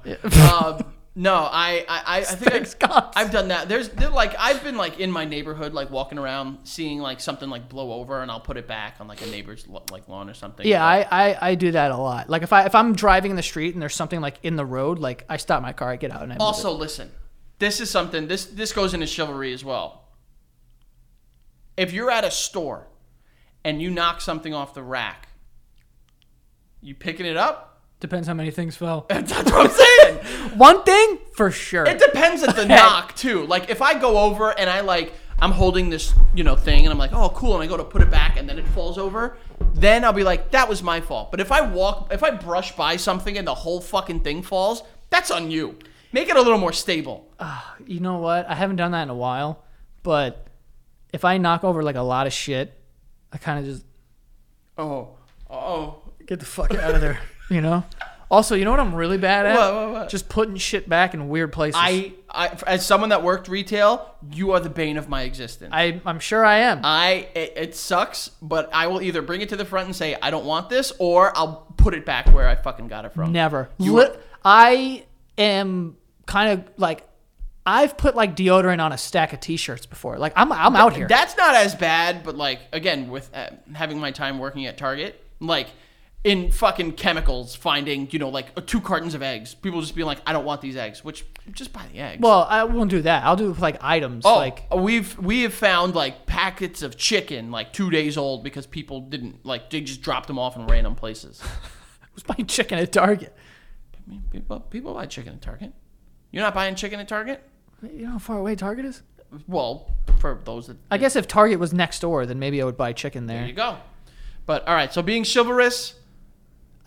um, no, I I, I, I think
Thanks,
I've,
cops.
I've done that. There's there, like I've been like in my neighborhood, like walking around, seeing like something like blow over, and I'll put it back on like a neighbor's lo- like lawn or something.
Yeah, I, I, I do that a lot. Like if I if I'm driving in the street and there's something like in the road, like I stop my car, I get out, and I move
also listen. This is something. This this goes into chivalry as well. If you're at a store, and you knock something off the rack, you picking it up? (laughs)
it. depends how many things fell. (laughs)
That's what I'm saying.
One thing for sure.
It depends at the knock too. Like if I go over and I like I'm holding this you know thing and I'm like oh cool and I go to put it back and then it falls over, then I'll be like that was my fault. But if I walk if I brush by something and the whole fucking thing falls, that's on you. Make it a little more stable.
you know what? I haven't done that in a while, but if I knock over like a lot of shit, I kind of just
Oh oh
get the fuck out of
(laughs)
there. You know. Also, you know what I'm really bad at?
What, what, what?
Just putting shit back in weird places.
I I as someone that worked retail, you are the bane of my existence.
I I'm sure I am.
I it, it sucks, but I will either bring it to the front and say I don't want this, or I'll put it back where I fucking got it from.
Never. Li- I am kind of like I've put like deodorant on a stack of t-shirts before. Like I'm I'm out here.
That's not as bad, but like again, with uh, having my time working at Target, like in fucking chemicals, finding you know like uh, two cartons of eggs, people just being like, I don't want these eggs, which just buy the eggs.
well, I won't do that. I'll do like items
Oh,
like (laughs)
we've we have found like packets of chicken like two days old because people didn't like they just dropped them off in random places.
who's buying chicken at Target?
I mean, people people buy chicken at Target. You're not buying chicken at Target?
You know how far away Target is?
Well, for those that
I guess if Target was next door, then maybe I would buy chicken
there you
there.
go. But all right, so being chivalrous,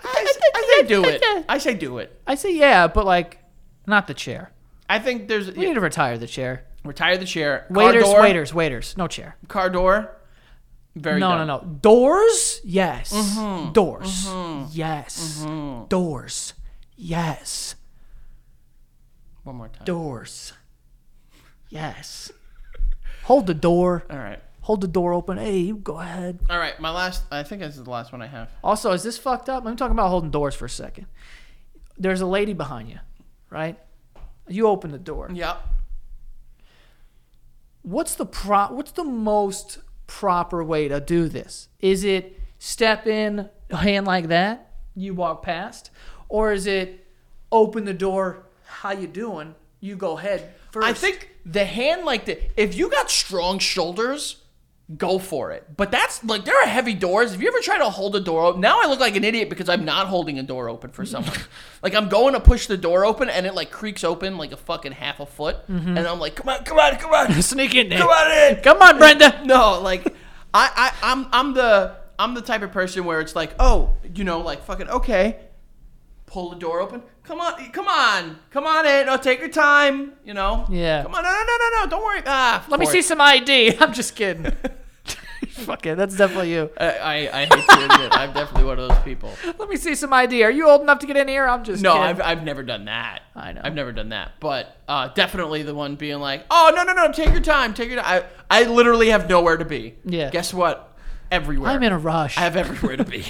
I, I say do it. I say do it.
I say yeah, but like, not the chair.
I think there's
We need to retire the chair.
retire the chair. Car
Waiters,
door,
waiters, waiters. No chair.
Car door. Very
no,
dumb.
no, no. Doors? Yes.
Mm-hmm.
Doors. Yes. Doors. Yes.
One more time.
Doors. Yes. Hold the door.
All right.
Hold the door open. Hey, you go ahead.
All right. My last. I think this is the last one I have.
Also, is this fucked up? I'm talking about holding doors for a second. There's a lady behind you, right? You open the door.
Yep.
What's the pro- what's the most proper way to do this? Is it step in, hand like that, you walk past, or is it open the door, how you doing? You go ahead first.
I think the hand like the if you got strong shoulders, go for it. But that's like there are heavy doors. If you ever try to hold a door open, now I look like an idiot because I'm not holding a door open for someone. like I'm going to push the door open and it like creaks open like a fucking half a foot, and I'm like, come on, come on, come
(laughs)
on,
sneak in there.
come on in.
Come on, Brenda.
(laughs) No, like I, I I'm I'm the I'm the type of person where it's like, oh, you know, like fucking okay. Pull the door open. Come on, come on, come on in. Oh, take your time. You know.
Yeah.
Come on, no, no, no, no, no. Don't worry. Ah, of
Let me
course.
see some ID. (laughs) I'm just
(laughs)
kidding. Fuck it, that's definitely you.
I, I, I hate to admit, I'm definitely one of those
(laughs)
people.
Let me see some ID. Are you old enough to get in here? I'm just
No,
kidding.
I've, I've never done that.
I know.
I've never done that. But uh, definitely the one being like, oh, no, no, no, take your time, take your time. I, I literally have nowhere to be.
Yeah.
Guess what? Everywhere.
I'm in a rush.
I have everywhere to be.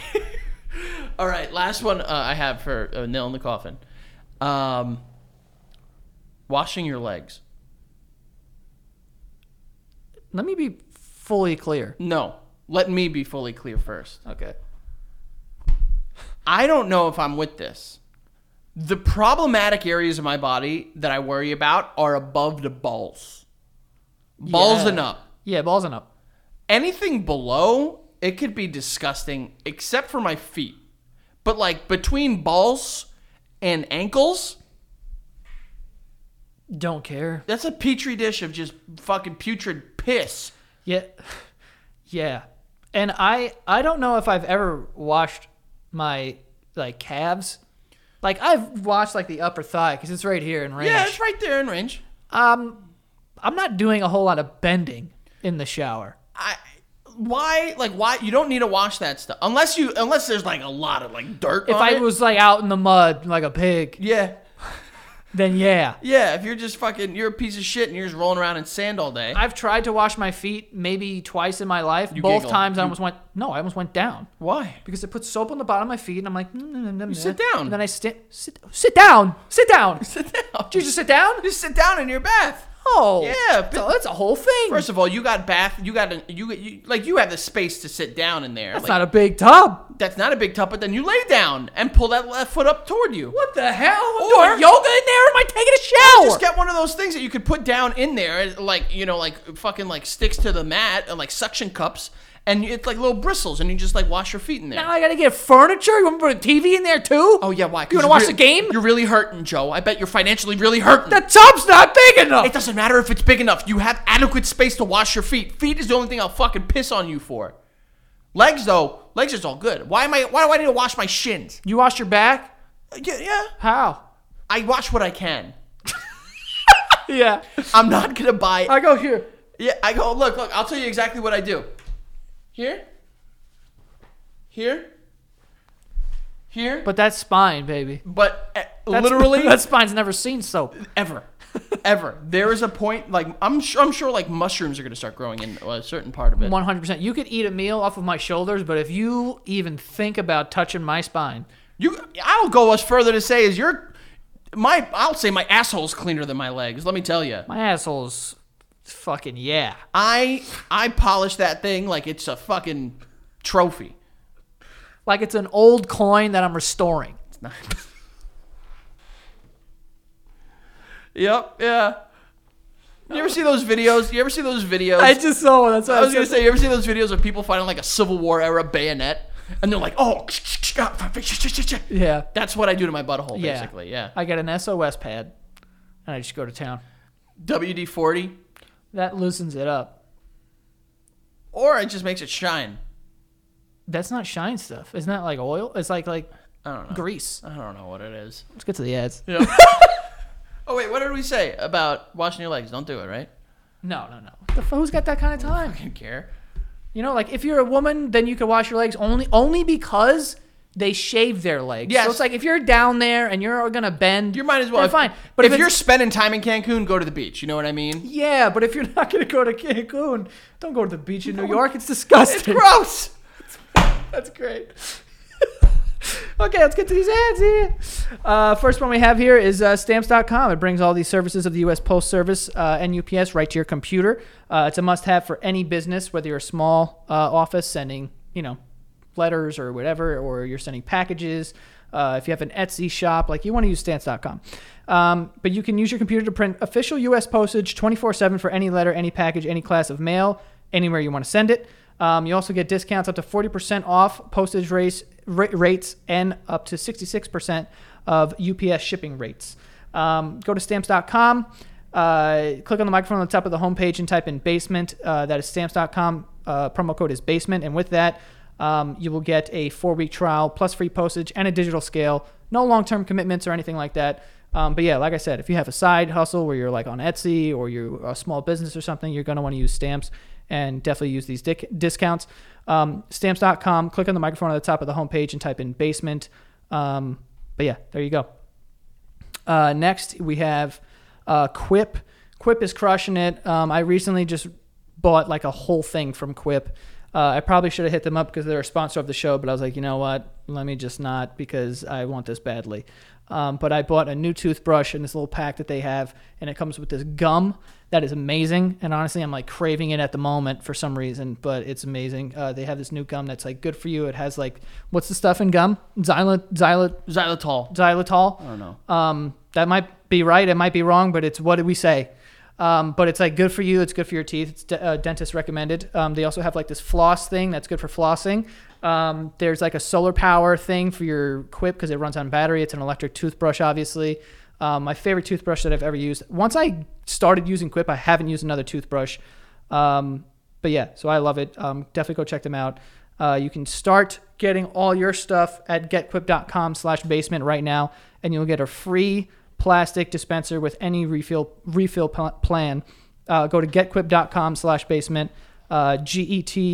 (laughs) All right, last one uh, I have for uh, nail in the coffin. Um, washing your legs.
Let me be fully clear.
No, let me be fully clear first.
Okay.
I don't know if I'm with this. The problematic areas of my body that I worry about are above the balls, balls
Yeah.
and up.
Yeah, balls and up.
anything below it could be disgusting except for my feet but like between balls and ankles
Don't care.
that's a petri dish of just fucking putrid piss
Yeah. Yeah. And I I don't know if I've ever washed my like calves. Like I've washed like the upper thigh cuz it's right here in range.
yeah it's right there in range
Um I'm not doing a whole lot of bending in the shower.
i why like why you don't need to wash that stuff unless you unless there's like a lot of like dirt
If
on
I
it.
was like out in the mud like a pig,
yeah
then yeah.
yeah if you're just fucking you're a piece of shit and you're just rolling around in sand all day
I've tried to wash my feet maybe twice in my life. Both
giggle.
times I almost went no, I almost went down
why
because it puts soap on the bottom of my feet and I'm like, "Mm, you
sit down.
And then I stand, sit, sit down, sit down.
(laughs) (laughs) sit down
Did you just sit down?
just sit down in your bath
Oh,
Yeah, but-
So that's a whole thing.
First of all, you got bath. You got an, you, you like you have the space to sit down in there.
that's
Like,
not a big tub.
that's not a big tub, but then you lay down and pull that left foot up toward you.
What the hell? I'm
Or-
doing yoga in there? Am I taking a shower?
Just get one of those things that you could put down in there, and, like you know, like fucking like sticks to the mat, and, like suction cups, and it's like little bristles, and you just like wash your feet in there.
now I gotta get furniture. You want me to put a TV in there too?
oh yeah, why? 'Cause
You wanna
you're
watch
real-
the game?
You're really hurting, Joe. I bet you're financially really hurting.
The tub's not big enough.
it doesn't matter if it's big enough. You have adequate space to wash your feet. Feet is the only thing I'll fucking piss on you for. Legs though, legs is all good. Why am I? Why do I need to wash my shins?
you wash your back?
Yeah, yeah.
How?
I wash what I can.
Yeah.
I'm not gonna buy.
I go here.
yeah, I go. Look, look. I'll tell you exactly what I do. Here. Here. Here. But
But that's spine, baby.
but eh,
That's-
literally
(laughs) that spine's never seen soap.
ever, ever. There is a point. Like I'm sure. I'm sure. Like mushrooms are gonna start growing in a certain part of it.
One hundred percent. You could eat a meal off of my shoulders, but if you even think about touching my spine,
You. I'll go as further to say is your. My. I'll say my asshole's cleaner than my legs. Let me tell you.
my asshole's fucking yeah.
I. I polish that thing like it's a fucking trophy.
Like it's an old coin that I'm restoring.
(laughs) Yep. Yeah. You ever see those videos? You ever see those videos?
(laughs) I just saw one. That's what
I was gonna say, you ever see those videos of people finding like a Civil War era bayonet, and they're like, "Oh,
Yeah.
that's what I do to my butthole,
Yeah.
basically." Yeah.
I got an SOS pad, and I just go to town.
WD forty,
That loosens it up.
or it just makes it shine.
That's not shine stuff. Isn't that like oil? It's like like
I don't know.
grease.
I don't know what it is.
Let's get to the ads.
(laughs) Oh wait, what did we say about washing your legs? Don't do it, right?
No, no, no. The, f- who's got that kind of time?
I don't care.
You know, like if you're a woman, then you can wash your legs only only because they shave their legs.
Yes.
So it's like if you're down there and you're gonna bend,
You might as well.
then
if-
fine.
But if, you're
it's-
spending time in Cancun, go to the beach. You know what I mean?
yeah, but if you're (laughs) not gonna go to Cancun, don't go to the beach in New York. It's disgusting.
Gross.
That's great. (laughs) okay, let's get to these ads here. Uh, first one we have here is uh, stamps.com. It brings all these services of the U.S. Post Service uh, and UPS right to your computer. Uh, it's a must have for any business, whether you're a small uh, office sending, you know, letters or whatever, or you're sending packages. Uh, if you have an Etsy shop, like you want to use stamps.com. Um, but you can use your computer to print official U.S. postage 24 7 for any letter, any package, any class of mail, anywhere you want to send it. Um, you also get discounts up to 40% off postage rates, ra- rates and up to 66% of UPS shipping rates. Um, go to stamps.com, uh, click on the microphone on the top of the homepage and type in basement. Uh, that is stamps.com. Uh, promo code is basement. And with that, um, you will get a four week trial plus free postage and a digital scale. No long term commitments or anything like that. Um, but yeah, like I said, if you have a side hustle where you're like on Etsy or you're a small business or something, you're going to want to use stamps and definitely use these dic- discounts. Um, stamps.com, click on the microphone at the top of the homepage and type in basement. Um, but yeah, there you go. Uh, next, we have uh, Quip. Quip is crushing it. Um, I recently just bought like a whole thing from Quip. Uh, I probably should have hit them up because they're a sponsor of the show, but I was like, you know what? Let me just not because I want this badly. Um, but I bought a new toothbrush in this little pack that they have, and it comes with this gum that is amazing. And honestly, I'm like craving it at the moment for some reason, but it's amazing. Uh, they have this new gum that's like good for you. It has like, what's the stuff in gum? Xylit, xylit,
Xylitol.
xylitol.
I don't know.
Um, that might be right. It might be wrong, but it's what did we say? Um, but it's like good for you. It's good for your teeth. It's de- uh, dentist recommended. Um, they also have like this floss thing that's good for flossing. Um, there's like a solar power thing for your quip because it runs on battery. It's an electric toothbrush, obviously. Um, my favorite toothbrush that I've ever used. Once I started using quip, I haven't used another toothbrush. Um, but yeah, so I love it. Um, definitely go check them out. Uh, you can start getting all your stuff at getquip.com slash basement right now, and you'll get a free plastic dispenser with any refill refill pl- plan. Uh, go to getquip.com slash basement, uh,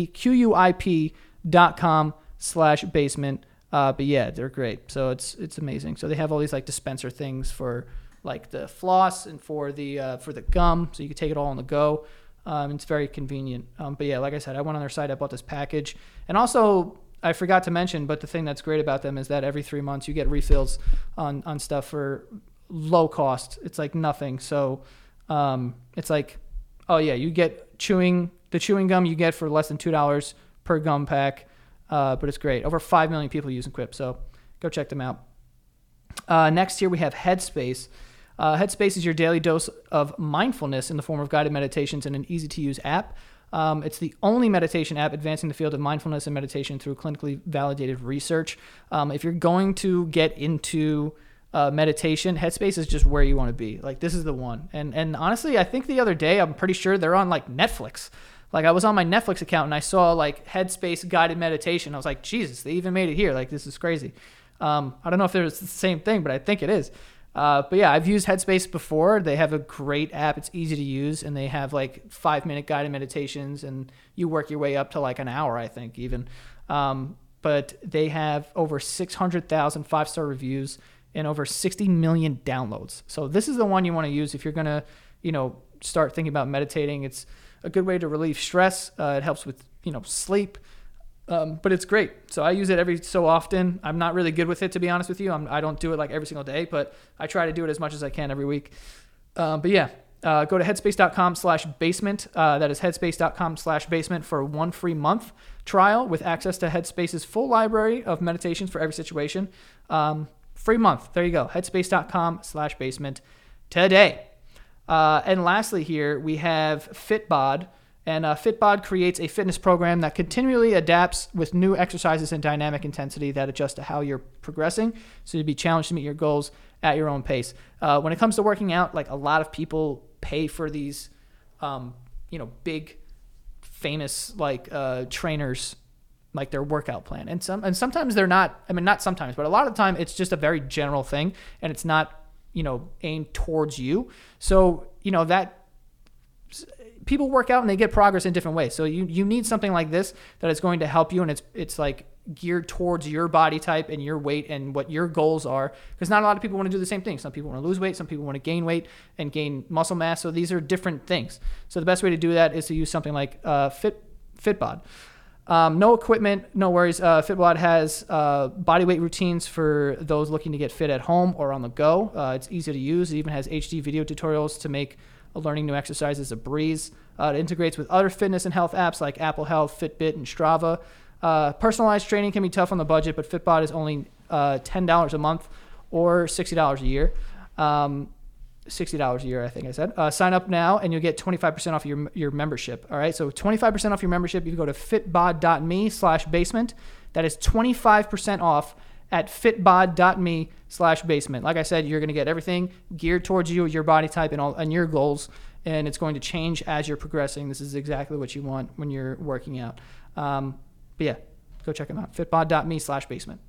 G-E-T-Q-U-I-P dot com slash basement. Uh, but yeah, they're great. So it's it's amazing. So they have all these like dispenser things for like the floss and for the uh, for the gum, so you can take it all on the go. Um, it's very convenient. Um, but yeah, like I said, I went on their site. I bought this package, and also I forgot to mention, but the thing that's great about them is that every three months you get refills on on stuff for low cost. It's like nothing. So um, it's like, oh yeah, you get chewing the chewing gum you get for less than two dollars per gum pack, uh, but it's great. Over five million people using Quip, so go check them out. Uh, next here we have Headspace. Uh, Headspace is your daily dose of mindfulness in the form of guided meditations and an easy to use app. Um, it's the only meditation app advancing the field of mindfulness and meditation through clinically validated research. Um, if you're going to get into uh, meditation, Headspace is just where you want to be. Like this is the one. And and honestly, I think the other day I'm pretty sure they're on like Netflix. Like I was on my Netflix account and I saw like Headspace guided meditation. I was like, Jesus, they even made it here. Like this is crazy. Um, I don't know if it's the same thing, but I think it is. Uh, but yeah, I've used Headspace before. They have a great app. It's easy to use, and they have like five minute guided meditations, and you work your way up to like an hour, I think, even. Um, but they have over 600,000 five star reviews and over 60 million downloads. So this is the one you want to use if you're gonna, you know, start thinking about meditating. It's a good way to relieve stress. Uh, it helps with you know sleep um, but it's great. So I use it every so often. I'm not really good with it, to be honest with you. I'm, I don't do it like every single day, but I try to do it as much as I can every week. Um, but yeah, uh, go to headspace.com slash basement. Uh, that is headspace.com slash basement for one free month trial with access to Headspace's full library of meditations for every situation. Um, free month. There you go. Headspace.com slash basement today. Uh, and lastly, here we have Fitbod. And uh, Fitbod creates a fitness program that continually adapts with new exercises and dynamic intensity that adjust to how you're progressing. So you'll be challenged to meet your goals at your own pace. Uh, when it comes to working out, like a lot of people pay for these, um, you know, big, famous like uh, trainers, like their workout plan, and some and sometimes they're not. I mean, not sometimes, but a lot of the time it's just a very general thing, and it's not you know aimed towards you. So you know that people work out and they get progress in different ways. So you you need something like this that is going to help you and it's it's like geared towards your body type and your weight and what your goals are because not a lot of people want to do the same thing. Some people want to lose weight, some people want to gain weight and gain muscle mass. So these are different things. So the best way to do that is to use something like uh, Fit Fitbod. Um, no equipment, no worries. Uh, Fitbod has uh, body weight routines for those looking to get fit at home or on the go. Uh, it's easy to use. It even has HD video tutorials to make learning new exercises a breeze. Uh, it integrates with other fitness and health apps like Apple Health, Fitbit, and Strava. Uh, personalized training can be tough on the budget, but Fitbod is only uh, $10 a month or $60 a year. Um, $60 a year, I think I said. Uh, sign up now and you'll get 25% off your, your membership. All right. So 25% off your membership. You can go to fitbod.me slash basement. That is 25% off at fitbod.me slash basement. Like I said, you're going to get everything geared towards you, your body type and all, and your goals. And it's going to change as you're progressing. This is exactly what you want when you're working out. Um, but yeah, go check them out. Fitbod.me slash basement.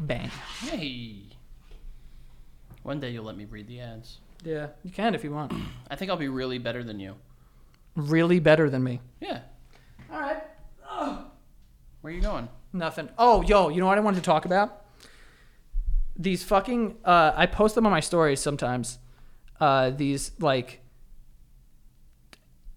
Bang.
Hey. One day you'll let me read the ads.
Yeah. You can if you want.
I think I'll be really better than you.
Really better than me.
Yeah.
All right.
Where are you going?
Nothing. Oh, yo, you know what I wanted to talk about? These fucking. Uh, I post them on my stories sometimes. Uh, these like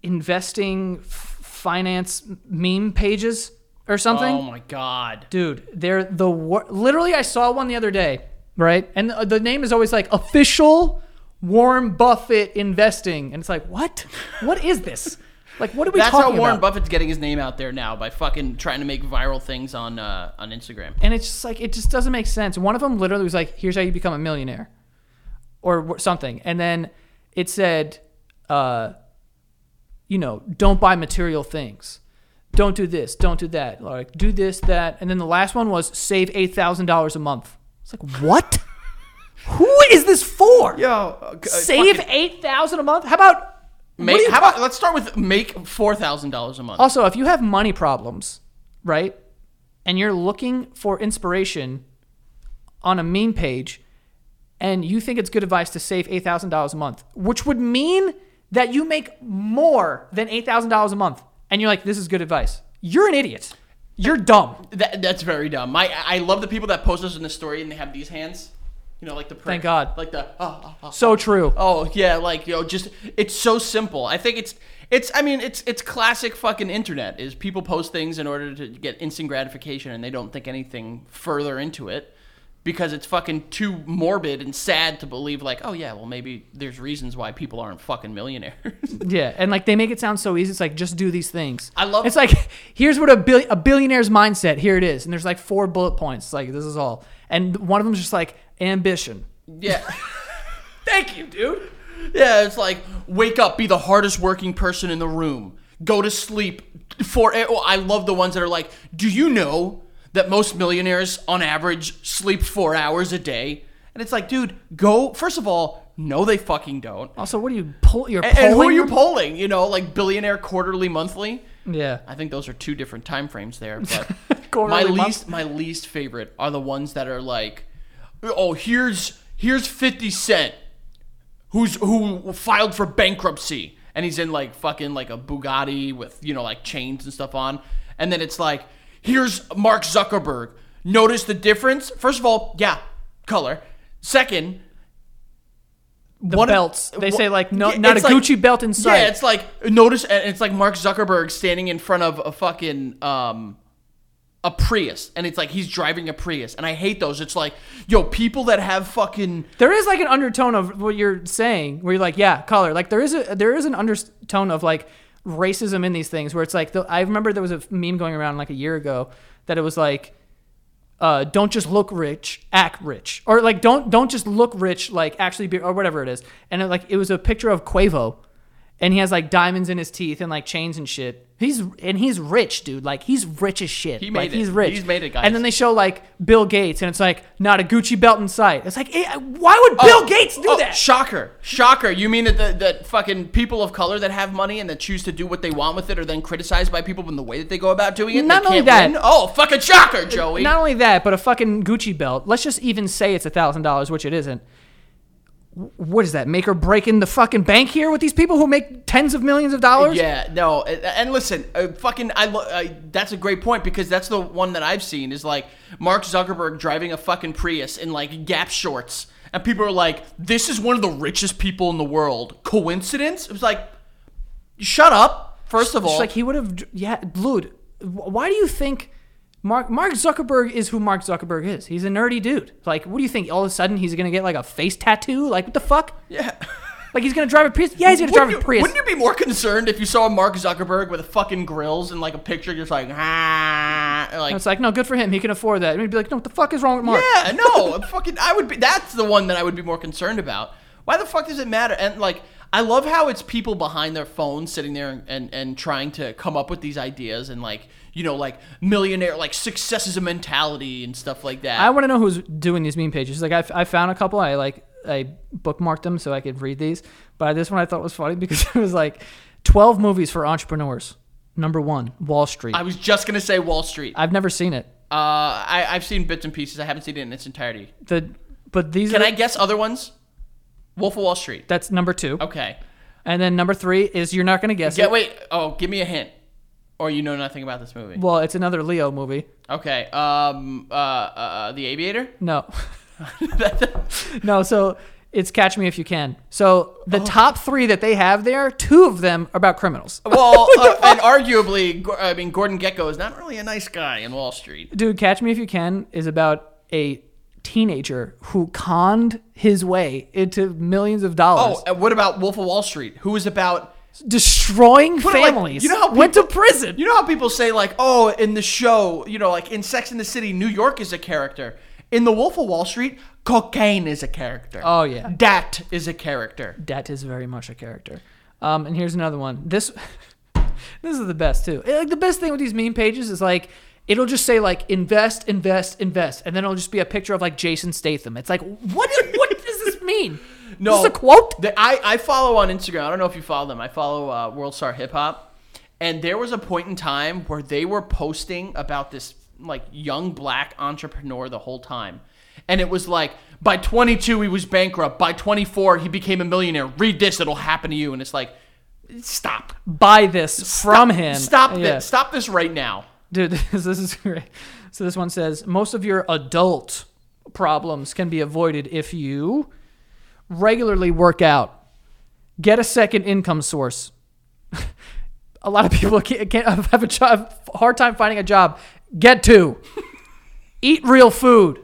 investing f- finance meme pages or something.
Oh my god.
Dude, they're the wor- literally. I saw one the other day, right? And the, the name is always like official Warren Buffett investing, and it's like, what? What is this? Like, what are we
That's how
talking
Warren
about?
Buffett's getting his name out there now by fucking trying to make viral things on uh, on Instagram.
and it's just like it just doesn't make sense. One of them literally was like, "Here's how you become a millionaire," or wh- something, and then it said, uh, "You know, don't buy material things, don't do this, don't do that, like do this, that," and then the last one was save eight thousand dollars a month. It's like what? (laughs) Who is this for?
Yo, uh,
save eight thousand a month? How about what do
Make,
you
how about let's start with make four thousand dollars a month.
Also, if you have money problems, right, and you're looking for inspiration on a meme page, and you think it's good advice to save eight thousand dollars a month, which would mean that you make more than eight thousand dollars a month, and you're like, "This is good advice." You're an idiot. You're dumb.
That, that's very dumb. My I love the people that post us in the story and they have these hands. You know, like the prick.
Thank God.
Like the oh, oh, oh.
So true.
Oh yeah, like you know, just it's so simple. I think it's it's. I mean, it's it's classic fucking internet. Is people post things in order to get instant gratification, and they don't think anything further into it because it's fucking too morbid and sad to believe. Like, oh yeah, well maybe there's reasons why people aren't fucking millionaires. (laughs)
Yeah, and like they make it sound so easy. It's like just do these things.
I love-
It's like (laughs) here's what a bill- a billionaire's mindset. Here it is, and there's like four bullet points. It's Like this is all, and one of them's just like ambition.
yeah,
(laughs) Thank you, dude.
yeah. It's like wake up, be the hardest working person in the room. Go to sleep for. oh, I love the ones that are like, do you know that most millionaires on average sleep four hours a day? And it's like, dude, go. First of all, no, they fucking don't.
Also, what do you pull? You're
And, and who are
polling
you
them?
polling? You know, like billionaire quarterly, monthly.
Yeah.
I think those are two different time
(laughs)
frames there. But my
Quarterly month.
least my least favorite are the ones that are like, oh here's here's Fifty Cent, who's who filed for bankruptcy, and he's in like fucking like a Bugatti with you know like chains and stuff on, and then it's like here's Mark Zuckerberg. Notice the difference. First of all, yeah, color. Second,
The
one of-
belts. they
wha-
say like no,
Yeah,
not a
it's like-
Gucci belt in sight.
Yeah, it's like notice. and It's like Mark Zuckerberg standing in front of a fucking um, a Prius, and it's like he's driving a Prius, and I hate those. It's like, yo, people that have fucking
there is like an undertone of what you're saying, where you're like, yeah, color. Like there is a there is an undertone of like racism in these things, where it's like the, I remember there was a meme going around like a year ago that it was like, uh, don't just look rich, act rich, or like don't don't just look rich, like actually be or whatever it is. And it, like it was a picture of Quavo, and he has like diamonds in his teeth and like chains and shit. He's and he's rich, dude. Like he's rich as shit.
He made
like,
it.
He's rich.
He's made it, guys.
And then they show like Bill Gates, and it's like not a Gucci belt in sight. It's like, eh, why would Bill
Oh,
Gates do
oh,
that?
Shocker. Shocker. You mean that the, that fucking people of color that have money and that choose to do what they want with it are then criticized by people in the way that they go about doing it? and
Not
they
only
can't
that-
win? Oh, fucking shocker, Joey.
Not only that, but a fucking Gucci belt. Let's just even say it's a thousand dollars, which it isn't. W- What is that? Make or break in the fucking bank here with these people who make tens of millions of dollars?
Yeah, no, and- and listen, uh, fucking, I, lo- I that's a great point because that's the one that I've seen is like Mark Zuckerberg driving a fucking Prius in like Gap shorts, and people are like, "This is one of the richest people in the world." Coincidence? It was like, shut up. First of
It's
all,
like he would have. Yeah, dude. wh- Why do you think Mark Mark Zuckerberg is who Mark Zuckerberg is? He's a nerdy dude. Like, what do you think? All of a sudden, he's gonna get like a face tattoo? Like, what the fuck? (laughs)
yeah.
Like, he's gonna drive a Prius? Yeah, he's gonna
Wouldn't
drive
you,
a Prius.
wouldn't you be more concerned if you saw Mark Zuckerberg with a fucking grills and like a picture just like, ah, like
And it's like, no, good for him. He can afford that. And he'd be like, no, what the fuck is wrong with Mark?
Yeah, no, I'm fucking. I would be. That's the one that I would be more concerned about. Why the fuck does it matter? And like, I love how it's people behind their phones sitting there and, and, and trying to come up with these ideas and like, you know, like millionaire, like success is a mentality and stuff like that.
I want to know who's doing these meme pages. Like I, I found a couple. I like I bookmarked them so I could read these. But this one I thought was funny (laughs) because it was like twelve movies for entrepreneurs. Number one, Wall Street.
I was just gonna say Wall Street. Uh,
I've never seen it.
I, I've seen bits and pieces. I haven't seen it in its entirety.
The but these
Can
are
I guess other ones? Wolf of Wall Street.
that's number two.
Okay.
And then number three is you're not gonna guess
Yeah.
it.
Wait. Oh, give me a hint. Or you know nothing about this movie.
Well, it's another Leo movie.
Okay. Um. Uh. uh the Aviator. (laughs)
No, (laughs) no. So it's Catch Me If You Can. So
Oh.
the top three that they have there, two of them are about criminals.
(laughs) Well, uh, and arguably, Go- I mean, Gordon Gecko is not really a nice guy in Wall Street.
Dude, Catch Me If You Can is about a teenager who conned his way into millions of dollars,
Oh, and what about Wolf of Wall Street, who is about?
destroying
it Oh. like-
families.
you know how
went to prison.
You know how people say like, oh, in the show, you know, like in Sex in the City, New York is a character. In the Wolf of Wall Street, cocaine is a character.
Oh, yeah.
that is a character.
that is very much a character. Um, and here's another one. This (laughs) this is the best too. Eh, Like the best thing with these meme pages is like it'll just say like invest, invest, invest, and then it'll just be a picture of like Jason Statham. It's like what what does this mean?
(laughs) No,
is this a quote.
The- I I follow on Instagram. I don't know if you follow them. I follow uh, World Star Hip Hop, and there was a point in time where they were posting about this like young black entrepreneur the whole time, and it was like by 22 he was bankrupt. By 24 he became a millionaire. Read this, it'll happen to you. And it's like, stop,
Buy this from him.
stop
Yeah.
this, stop this right now.
Dude, (laughs) this, this is great. So this one says most of your adult problems can be avoided if you regularly work out, get a second income source. (laughs) a lot of people can't, can't (laughs) have a job, hard time finding a job. Get two. Eat real food.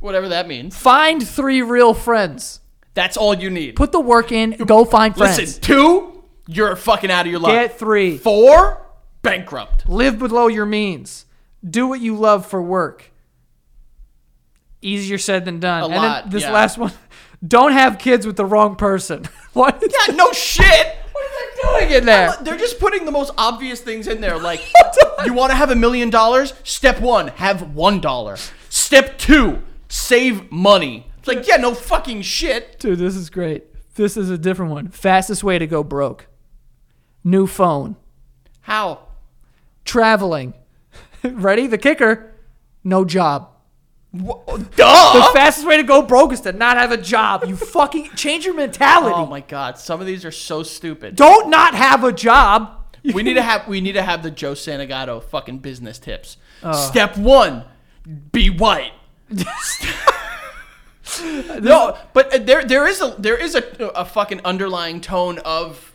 Whatever that means.
Find three real friends.
That's all you need.
Put the work in. Go find friends.
Listen, two, you're fucking out of your life.
Get three.
Four, bankrupt.
Live below your means. Do what you love for work. Easier said than done.
A
and
lot,
then this
yeah.
last one. (laughs) Don't have kids with the wrong person. (laughs) what?
Yeah, no shit. What are they
doing in there?
Uh, They're just putting the most obvious things in there.
(laughs)
Like, you want to have a million dollars? Step one, have one dollar. Step two, save money. It's like, yeah, no fucking shit.
Dude, this is great. This is a different one. Fastest way to go broke. New phone.
How?
Traveling. (laughs) Ready? The kicker. No job.
Wha- oh, Duh.
The fastest way to go broke is to not have a job.
(laughs)
You fucking change your mentality.
Oh my god, some of these are so stupid.
Don't not have a job. (laughs)
(laughs) We need to have we need to have the Joe Santagato fucking business tips.
Uh.
Step one, be white. no, but uh, there there is a there is a, a fucking underlying tone of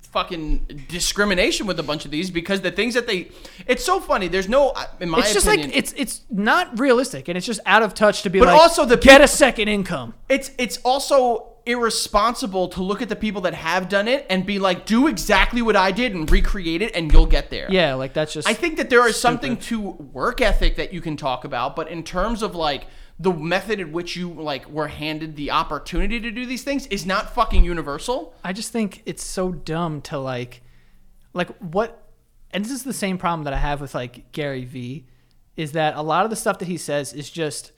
fucking discrimination with a bunch of these because the things that they it's so funny. There's no in my
It's just
opinion,
like it's it's not realistic and it's just out of touch to be
But
like
also the
get a second income.
it's it's also irresponsible to look at the people that have done it and be like, do exactly what I did and recreate it and you'll get there.
Yeah, like that's just.
I think that there is something to work ethic that you can talk about, but in terms of like the method in which you like were handed the opportunity to do these things is not fucking universal.
I just think it's so dumb to like, like what, and this is the same problem that I have with like Gary V, is that a lot of the stuff that he says is just,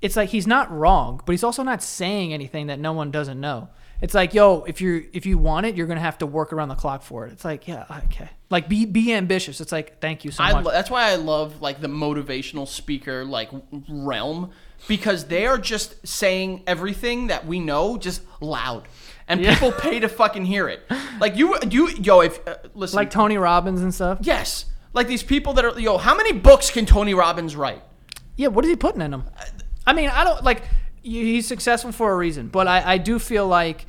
it's like he's not wrong, but he's also not saying anything that no one doesn't know. It's like, yo, if you if you want it, you're gonna have to work around the clock for it. It's like, yeah, okay, like be be ambitious. It's like, thank you so
I
much.
lo- that's why I love like the motivational speaker like w- realm because they are just saying everything that we know just loud, and people pay to fucking hear it. Like you, you, yo, if uh, listen,
like Tony Robbins and stuff.
yes, like these people that are yo, how many books can Tony Robbins write?
Yeah, what is he putting in him? I mean, I don't like. y- He's successful for a reason, but I, I do feel like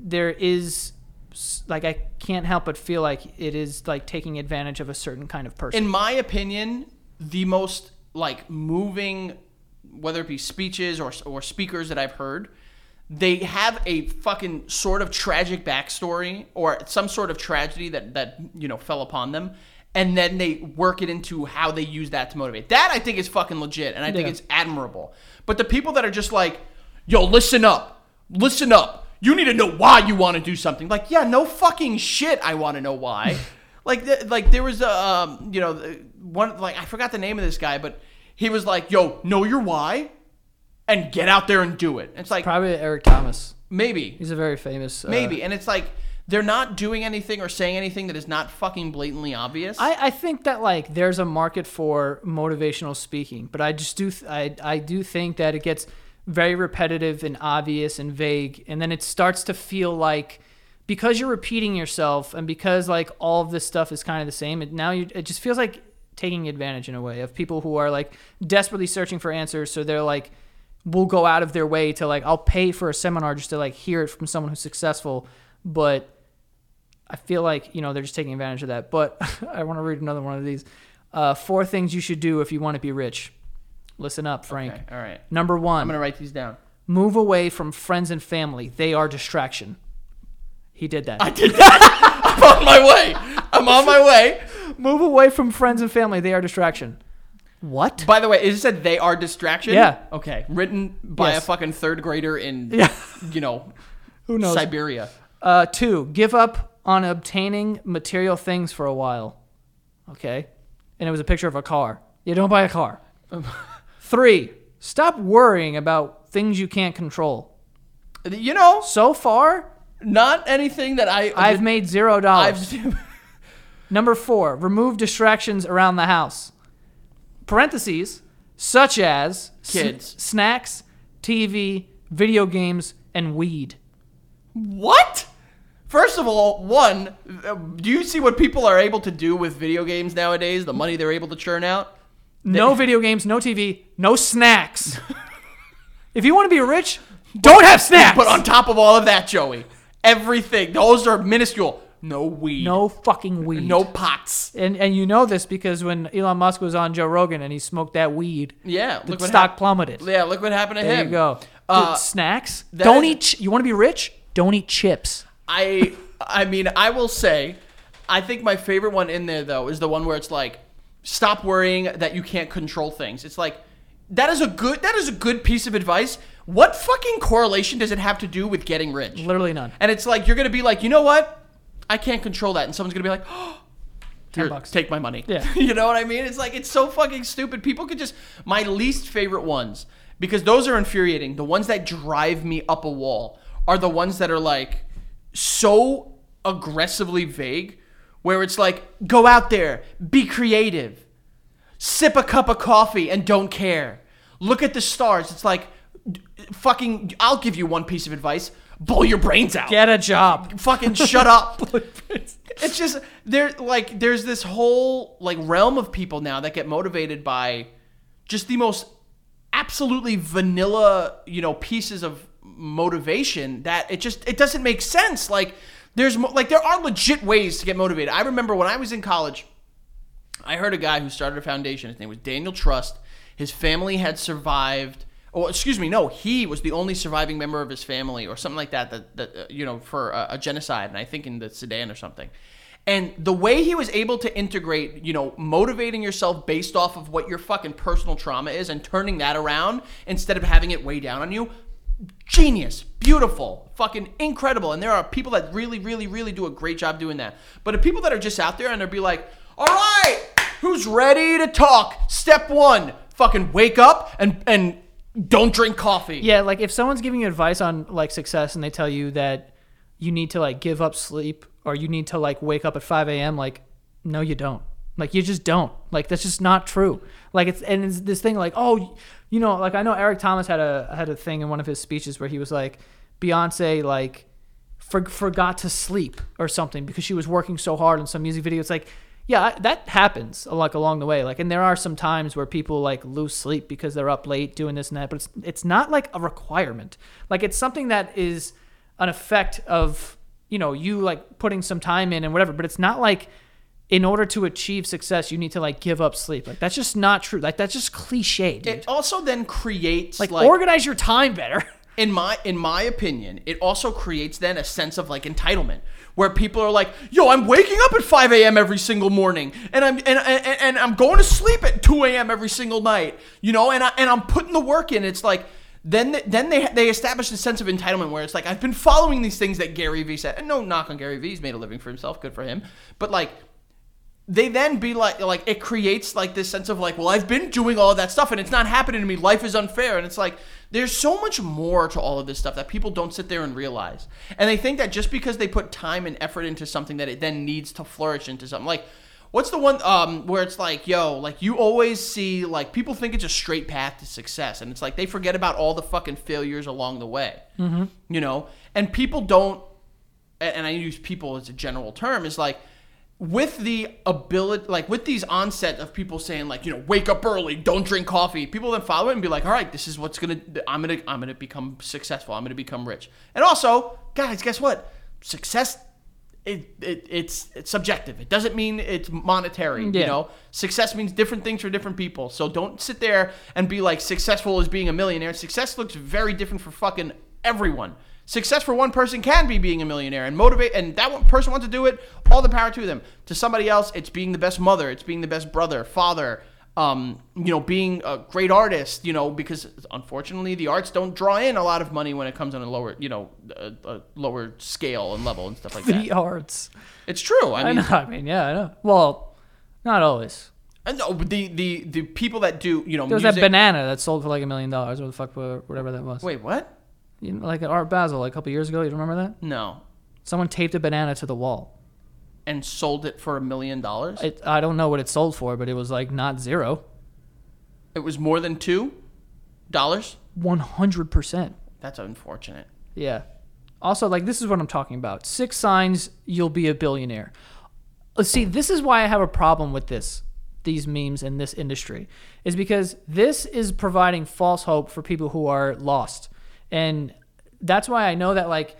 there is s- like I can't help but feel like it is like taking advantage of a certain kind of person.
in my opinion, the most like moving, whether it be speeches or or speakers that I've heard, they have a fucking sort of tragic backstory or some sort of tragedy that that you know fell upon them, and then they work it into how they use that to motivate. That I think is fucking legit, and I think
Yeah.
it's admirable. But the people that are just like, yo, listen up, listen up. You need to know why you want to do something. Like, yeah, no fucking shit. I want to know why. like, th- like there was a, um, you know, the- one like I forgot the name of this guy, but he was like, yo, know your why, and get out there and do it. It's like
Probably Eric Thomas.
maybe,
He's a very famous. uh,
maybe, and it's like they're not doing anything or saying anything that is not fucking blatantly obvious.
I, I think that like there's a market for motivational speaking, but I just do th- I I do think that it gets very repetitive and obvious and vague, and then it starts to feel like because you're repeating yourself and because like all of this stuff is kind of the same, it now you it just feels like taking advantage in a way of people who are like desperately searching for answers, so they're like will go out of their way to like I'll pay for a seminar just to like hear it from someone who's successful, but I feel like you know they're just taking advantage of that. But (laughs) I want to read another one of these. Uh, four things you should do if you want to be rich. Listen up, Frank.
Okay, all right,
Number one,
I'm gonna write these down.
move away from friends and family. They are distraction. He did that.
(laughs) I'm on my way. I'm on my way.
move away from friends and family. They are distraction. What?
By the way, is it said they are distraction?
Yeah.
Okay. Written by a
Yes.
fucking third grader in,
Yeah.
you (laughs) know,
Who knows?
Siberia.
Uh, two, give up on obtaining material things for a while. Okay. And it was a picture of a car. You don't buy a
(laughs)
car. Three, stop worrying about things you can't control.
You know,
So far,
not anything that I.
I've made zero
I've
dollars. Number four, remove distractions around the house. Parentheses, such as sn-
Kids.
snacks, TV, video games, and weed.
what? First of all, one, uh, do you see what people are able to do with video games nowadays? The money they're able to churn out.
No video games, no TV, no
(laughs)
snacks. if you want to be rich, don't have snacks.
But on top of all of that, Joey, everything. Those are minuscule. No weed.
no fucking weed.
No pots.
And and you know this because when Elon Musk was on Joe Rogan and he smoked that weed,
Yeah.
the
Look what
stock
hap-
plummeted.
Yeah. Look what happened to
There
him.
you go. Dude,
Uh,
snacks.
that
Don't
is-
eat. Ch- you want to be rich? Don't eat chips.
I I mean, I will say, I think my favorite one in there though is the one where it's like, stop worrying that you can't control things. It's like, that is a good that is a good piece of advice. What fucking correlation does it have to do with getting rich?
Literally none.
And it's like you're gonna be like, you know what? I can't control that, and someone's gonna be like, (gasps) oh, here,
bucks.
take my money.
Yeah.
(laughs) you know what I mean? It's like it's so fucking stupid. People could just my least favorite ones because those are infuriating. The ones that drive me up a wall are the ones that are like so aggressively vague, where it's like, go out there, be creative, sip a cup of coffee and don't care. Look at the stars. It's like, d- fucking, I'll give you one piece of advice: blow your brains out
Get a job.
fucking shut up. it's just there like there's this whole like realm of people now that get motivated by just the most absolutely vanilla, you know, pieces of motivation that it just it doesn't make sense. Like there's mo- like there are legit ways to get motivated. I remember when I was in college, I heard a guy who started a foundation. His name was Daniel Trust. His family had survived or excuse me, no, he was the only surviving member of his family or something like that. That, that uh, you know, for a, a genocide, and I think in the Sudan or something. And the way he was able to integrate, you know, motivating yourself based off of what your fucking personal trauma is and turning that around instead of having it weigh down on you, genius, beautiful, fucking incredible. And there are people that really, really, really do a great job doing that. But the people that are just out there and they'll be like, all right, who's ready to talk? Step one, fucking wake up and and don't drink coffee.
Yeah, like if someone's giving you advice on like success and they tell you that you need to like give up sleep or you need to like wake up at 5 a.m., like, no, you don't. Like, you just don't. Like, that's just not true. Like, it's, and it's this thing like, oh, you know, like I know Eric Thomas had a, had a thing in one of his speeches where he was like, Beyonce, like, for, forgot to sleep or something because she was working so hard on some music video. It's like, yeah, I- that happens uh, like along the way. Like, and there are some times where people like lose sleep because they're up late doing this and that. But it's it's not like a requirement. Like, it's something that is an effect of you know you like putting some time in and whatever. But it's not like in order to achieve success, you need to like give up sleep. Like, that's just not true. Like, that's just cliche, dude.
It also then creates
like,
like
organize your time better. (laughs)
in my in my opinion, it also creates then a sense of like entitlement where people are like, "Yo, I'm waking up at 5 a.m. every single morning, and I'm and, and, and I'm going to sleep at 2 a.m. every single night, you know, and I, and I'm putting the work in." It's like then th- then they they establish a sense of entitlement where it's like I've been following these things that Gary Vee said, and no knock on Gary Vee, he's made a living for himself, good for him, but like they then be like like it creates like this sense of like well i've been doing all that stuff and it's not happening to me life is unfair and it's like there's so much more to all of this stuff that people don't sit there and realize and they think that just because they put time and effort into something that it then needs to flourish into something like what's the one um where it's like yo like you always see like people think it's a straight path to success and it's like they forget about all the fucking failures along the way mm-hmm. you know and people don't and, and I use people as a general term, is like with the ability, like with these onset of people saying like, you know, wake up early, don't drink coffee. People then follow it and be like, all right, this is what's gonna, I'm gonna, I'm gonna become successful. I'm gonna become rich. And also, guys, guess what? Success, it, it it's it's subjective. It doesn't mean it's monetary. You
Yeah.
know, success means different things for different people. So don't sit there and be like successful as being a millionaire. Success looks very different for fucking everyone. Success for one person can be being a millionaire and motivate, and that one person wants to do it. All the power to them. To somebody else, it's being the best mother, it's being the best brother, father. Um, you know, being a great artist. You know, because unfortunately, the arts don't draw in a lot of money when it comes on a lower, you know, a, a lower scale and level and
(laughs)
stuff like that.
the arts.
It's true. I
I
mean,
know. I mean, yeah, I know. Well, not always.
I know, but the the the people that do, you know,
There was
music.
that banana that sold for like a million dollars, or the fuck, wha- whatever that was.
Wait, what?
You know, like at Art Basel, like a couple years ago. You remember that?
No,
Someone taped a banana to the wall.
and sold it for a million dollars.
It, I don't know what it sold for, but it was like not zero.
It was more than two dollars.
One hundred percent.
That's unfortunate.
Yeah. Also, like this is what I'm talking about. Six signs you'll be a billionaire. Uh, See, this is why I have a problem with this, these memes in this industry, is because this is providing false hope for people who are lost, and that's why I know that like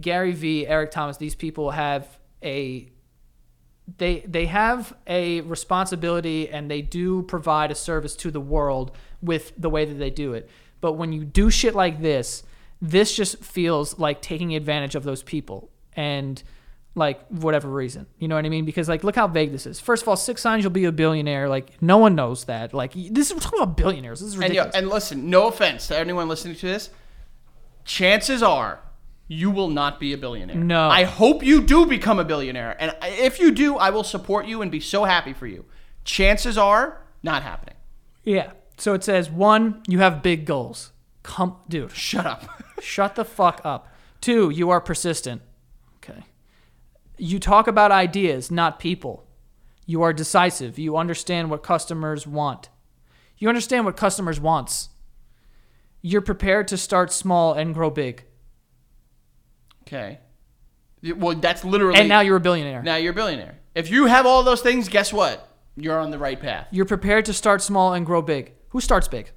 Gary Vee, Eric Thomas, these people have a they they have a responsibility and they do provide a service to the world with the way that they do it. But when you do shit like this, this just feels like taking advantage of those people and like whatever reason. You know what I mean? Because like look how vague this is. First of all, six signs you'll be a billionaire. Like no one knows that. Like y- this is we're talking about billionaires. This is
And yo,
ridiculous.
and listen, no offense to anyone listening to this, chances are you will not be a billionaire.
No.
I hope you do become a billionaire, and I- if you do, I will support you and be so happy for you. Chances are not happening.
yeah. So it says one, you have big goals. Come dude.
Shut up. (laughs)
Shut the fuck up. Two, you are persistent. Okay. You talk about ideas, not people. You are decisive. You understand what customers want. You understand what customers wants. You're prepared to start small and grow big.
okay. Y- Well, that's literally.
And now you're a billionaire.
now you're a billionaire. If you have all those things, guess what? You're on the right path.
You're prepared to start small and grow big. Who starts big?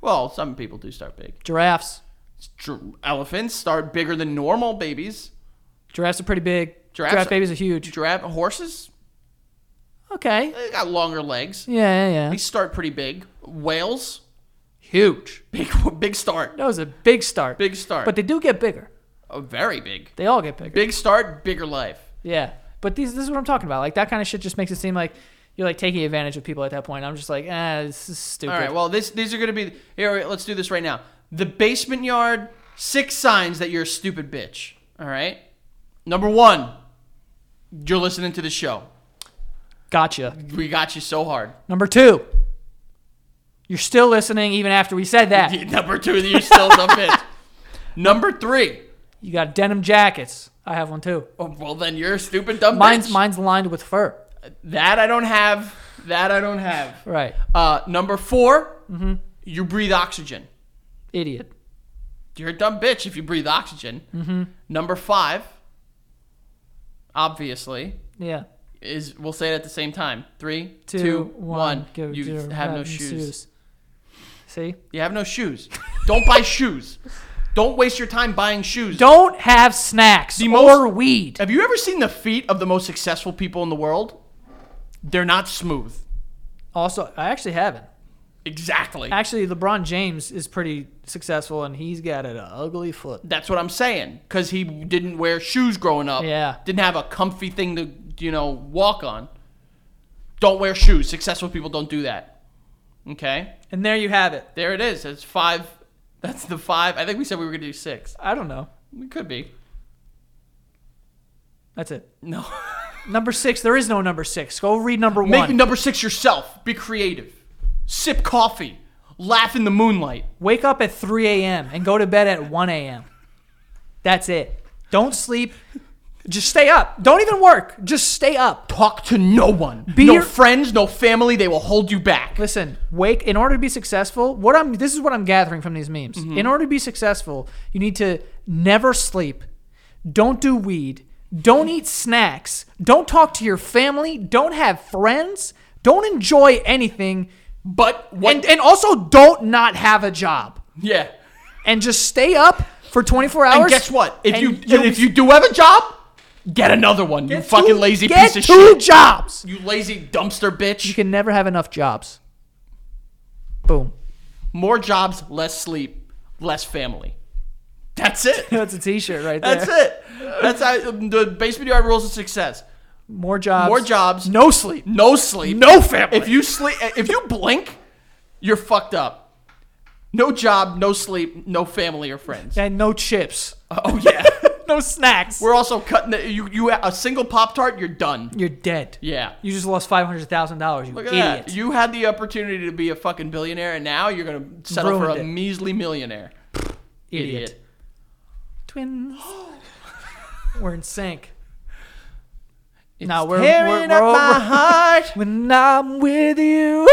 Well, some people do start big.
Giraffes.
It's true. Elephants start bigger than normal babies.
Giraffes are pretty big.
Giraffes
Giraffe
are-
babies are huge.
Giraffe horses
Okay.
they got longer legs.
Yeah, yeah,
They
yeah.
start pretty big. Whales
huge.
(laughs) Big, big start.
That was a big start.
Big start.
But they do get bigger.
Oh, very big.
They all get bigger.
Big start, bigger life.
Yeah. But these, this is what I'm talking about. Like that kind of shit just makes it seem like you're like taking advantage of people at that point. I'm just like, ah, this is stupid.
All right. Well, this these are going to be here. Let's do this right now. The basement yard. Six signs that you're a stupid bitch. All right. Number one, you're listening to the show.
gotcha.
We got you so hard. (laughs)
Number two, you're still listening even after we said that.
Number two, you're still a dumb
(laughs)
bitch. Number three.
You got denim jackets. I have one too.
Oh, well, then you're a stupid dumb
Mine's
bitch.
mine's lined with fur.
That I don't have. That I don't have.
Right.
Uh, number 4
Mm-hmm.
you breathe oxygen.
Idiot.
You're a dumb bitch if you breathe oxygen.
Mm-hmm.
Number five, obviously,
Yeah.
is we'll say it at the same time. Three, two,
Two,
one.
one. Go
you
do
have no
rotten
shoes.
See?
You have no shoes. Don't buy shoes. Don't waste your time
(laughs)
buying shoes.
Don't have snacks or
most-
weed.
Have you ever seen the feet of the most successful people in the world? They're not smooth.
Also, I actually haven't.
Exactly.
Actually, LeBron James is pretty successful, and he's got an ugly foot.
That's what I'm saying. Because he didn't wear shoes growing up.
Yeah.
Didn't have a comfy thing to, you know, walk on. Don't wear shoes. Successful people don't do that. Okay?
And there you have it.
There it is. That's five. That's the five. I think we said we were going to do six.
I don't know.
It could be.
That's it.
No. (laughs)
Number six. There is no number six. Go read number
Make
one.
number six yourself. Be creative. Sip coffee. Laugh in the moonlight.
Wake up at 3 a.m. and go to bed at 1 a.m. That's it. Don't sleep. Just stay up. Don't even work. Just stay up.
Talk to no one.
Be
no
your-
friends, no family. They will hold you back.
Listen, wake in order to be successful. What I'm this is what I'm gathering from these memes. In order to be successful, you need to never sleep. Don't do weed. Don't eat snacks. Don't talk to your family. Don't have friends. Don't enjoy anything.
But what?
And and also don't not have a job.
yeah.
And just stay up for 24 hours.
And guess what? If
and
you, and if you do have a job, get another one. You fucking
two-
lazy
get
piece of
two
shit.
jobs.
You lazy dumpster
You
bitch.
can never have enough jobs. Boom. (laughs)
More jobs, less sleep, less family.
(laughs)
That's it.
That's a t-shirt right there.
That's it. That's how the basement yard rules of success.
More jobs.
More jobs.
No sleep.
No sleep.
No family.
If you sleep, if you blink, you're fucked up. No job, no sleep, no family or friends.
and no chips.
Oh yeah.
(laughs) no snacks.
We're also cutting the, you. You a single pop tart, you're done.
You're dead.
Yeah.
You just lost five hundred thousand dollars. You
Look at
idiot.
that. You had the opportunity to be a fucking billionaire, and now you're gonna settle for
Ruined
a
it.
measly millionaire.
idiot.
(gasps)
Twins. we're in sync. Now we're, we're,
Tearing
we're,
up
all- (laughs)
my heart,
when I'm with you.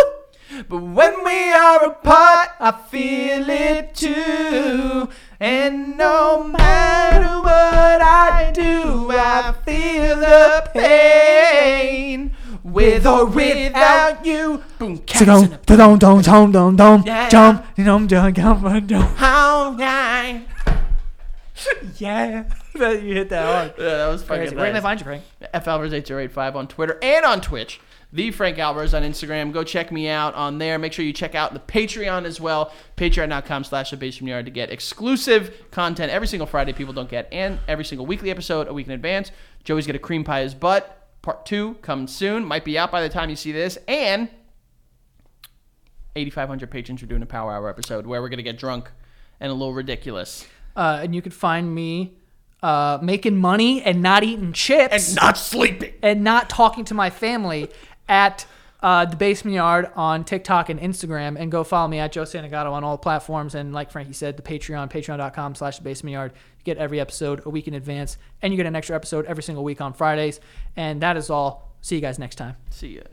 but when we are apart, I
Feel it too.
And no matter what I do, I feel the pain. With or without you, boom, cats in a
Dum, dum, dum, dum, dum,
Yeah.
dum, dum, dum, dum, dum.
(laughs) all (laughs) night.
Yeah. That- you hit that hard.
Yeah, that was fucking.
Crazy. Where can they
nice.
find you, Frank?
F Alvarez 8085 on Twitter and on Twitch. The Frank Alvarez on Instagram. Go check me out on there. Make sure you check out the Patreon as well. Patreon.com slash the basement yard to get exclusive content every single Friday people don't get, and every single weekly episode a week in advance. Joey's got a cream pie his butt. Part two comes soon. Might be out by the time you see this. And 8,500 patrons are doing a power hour episode where we're going to get drunk and a little ridiculous.
Uh, and you can find me uh, making money and not eating chips.
not sleeping.
and not talking to my family at uh, the basement yard on TikTok and Instagram, and go follow me at Joe Santagato on all platforms. And like Frankie said, the Patreon, patreon.com slash the basement yard. You get every episode a week in advance, and you get an extra episode every single week on Fridays. And that is all. See you guys next time.
See ya.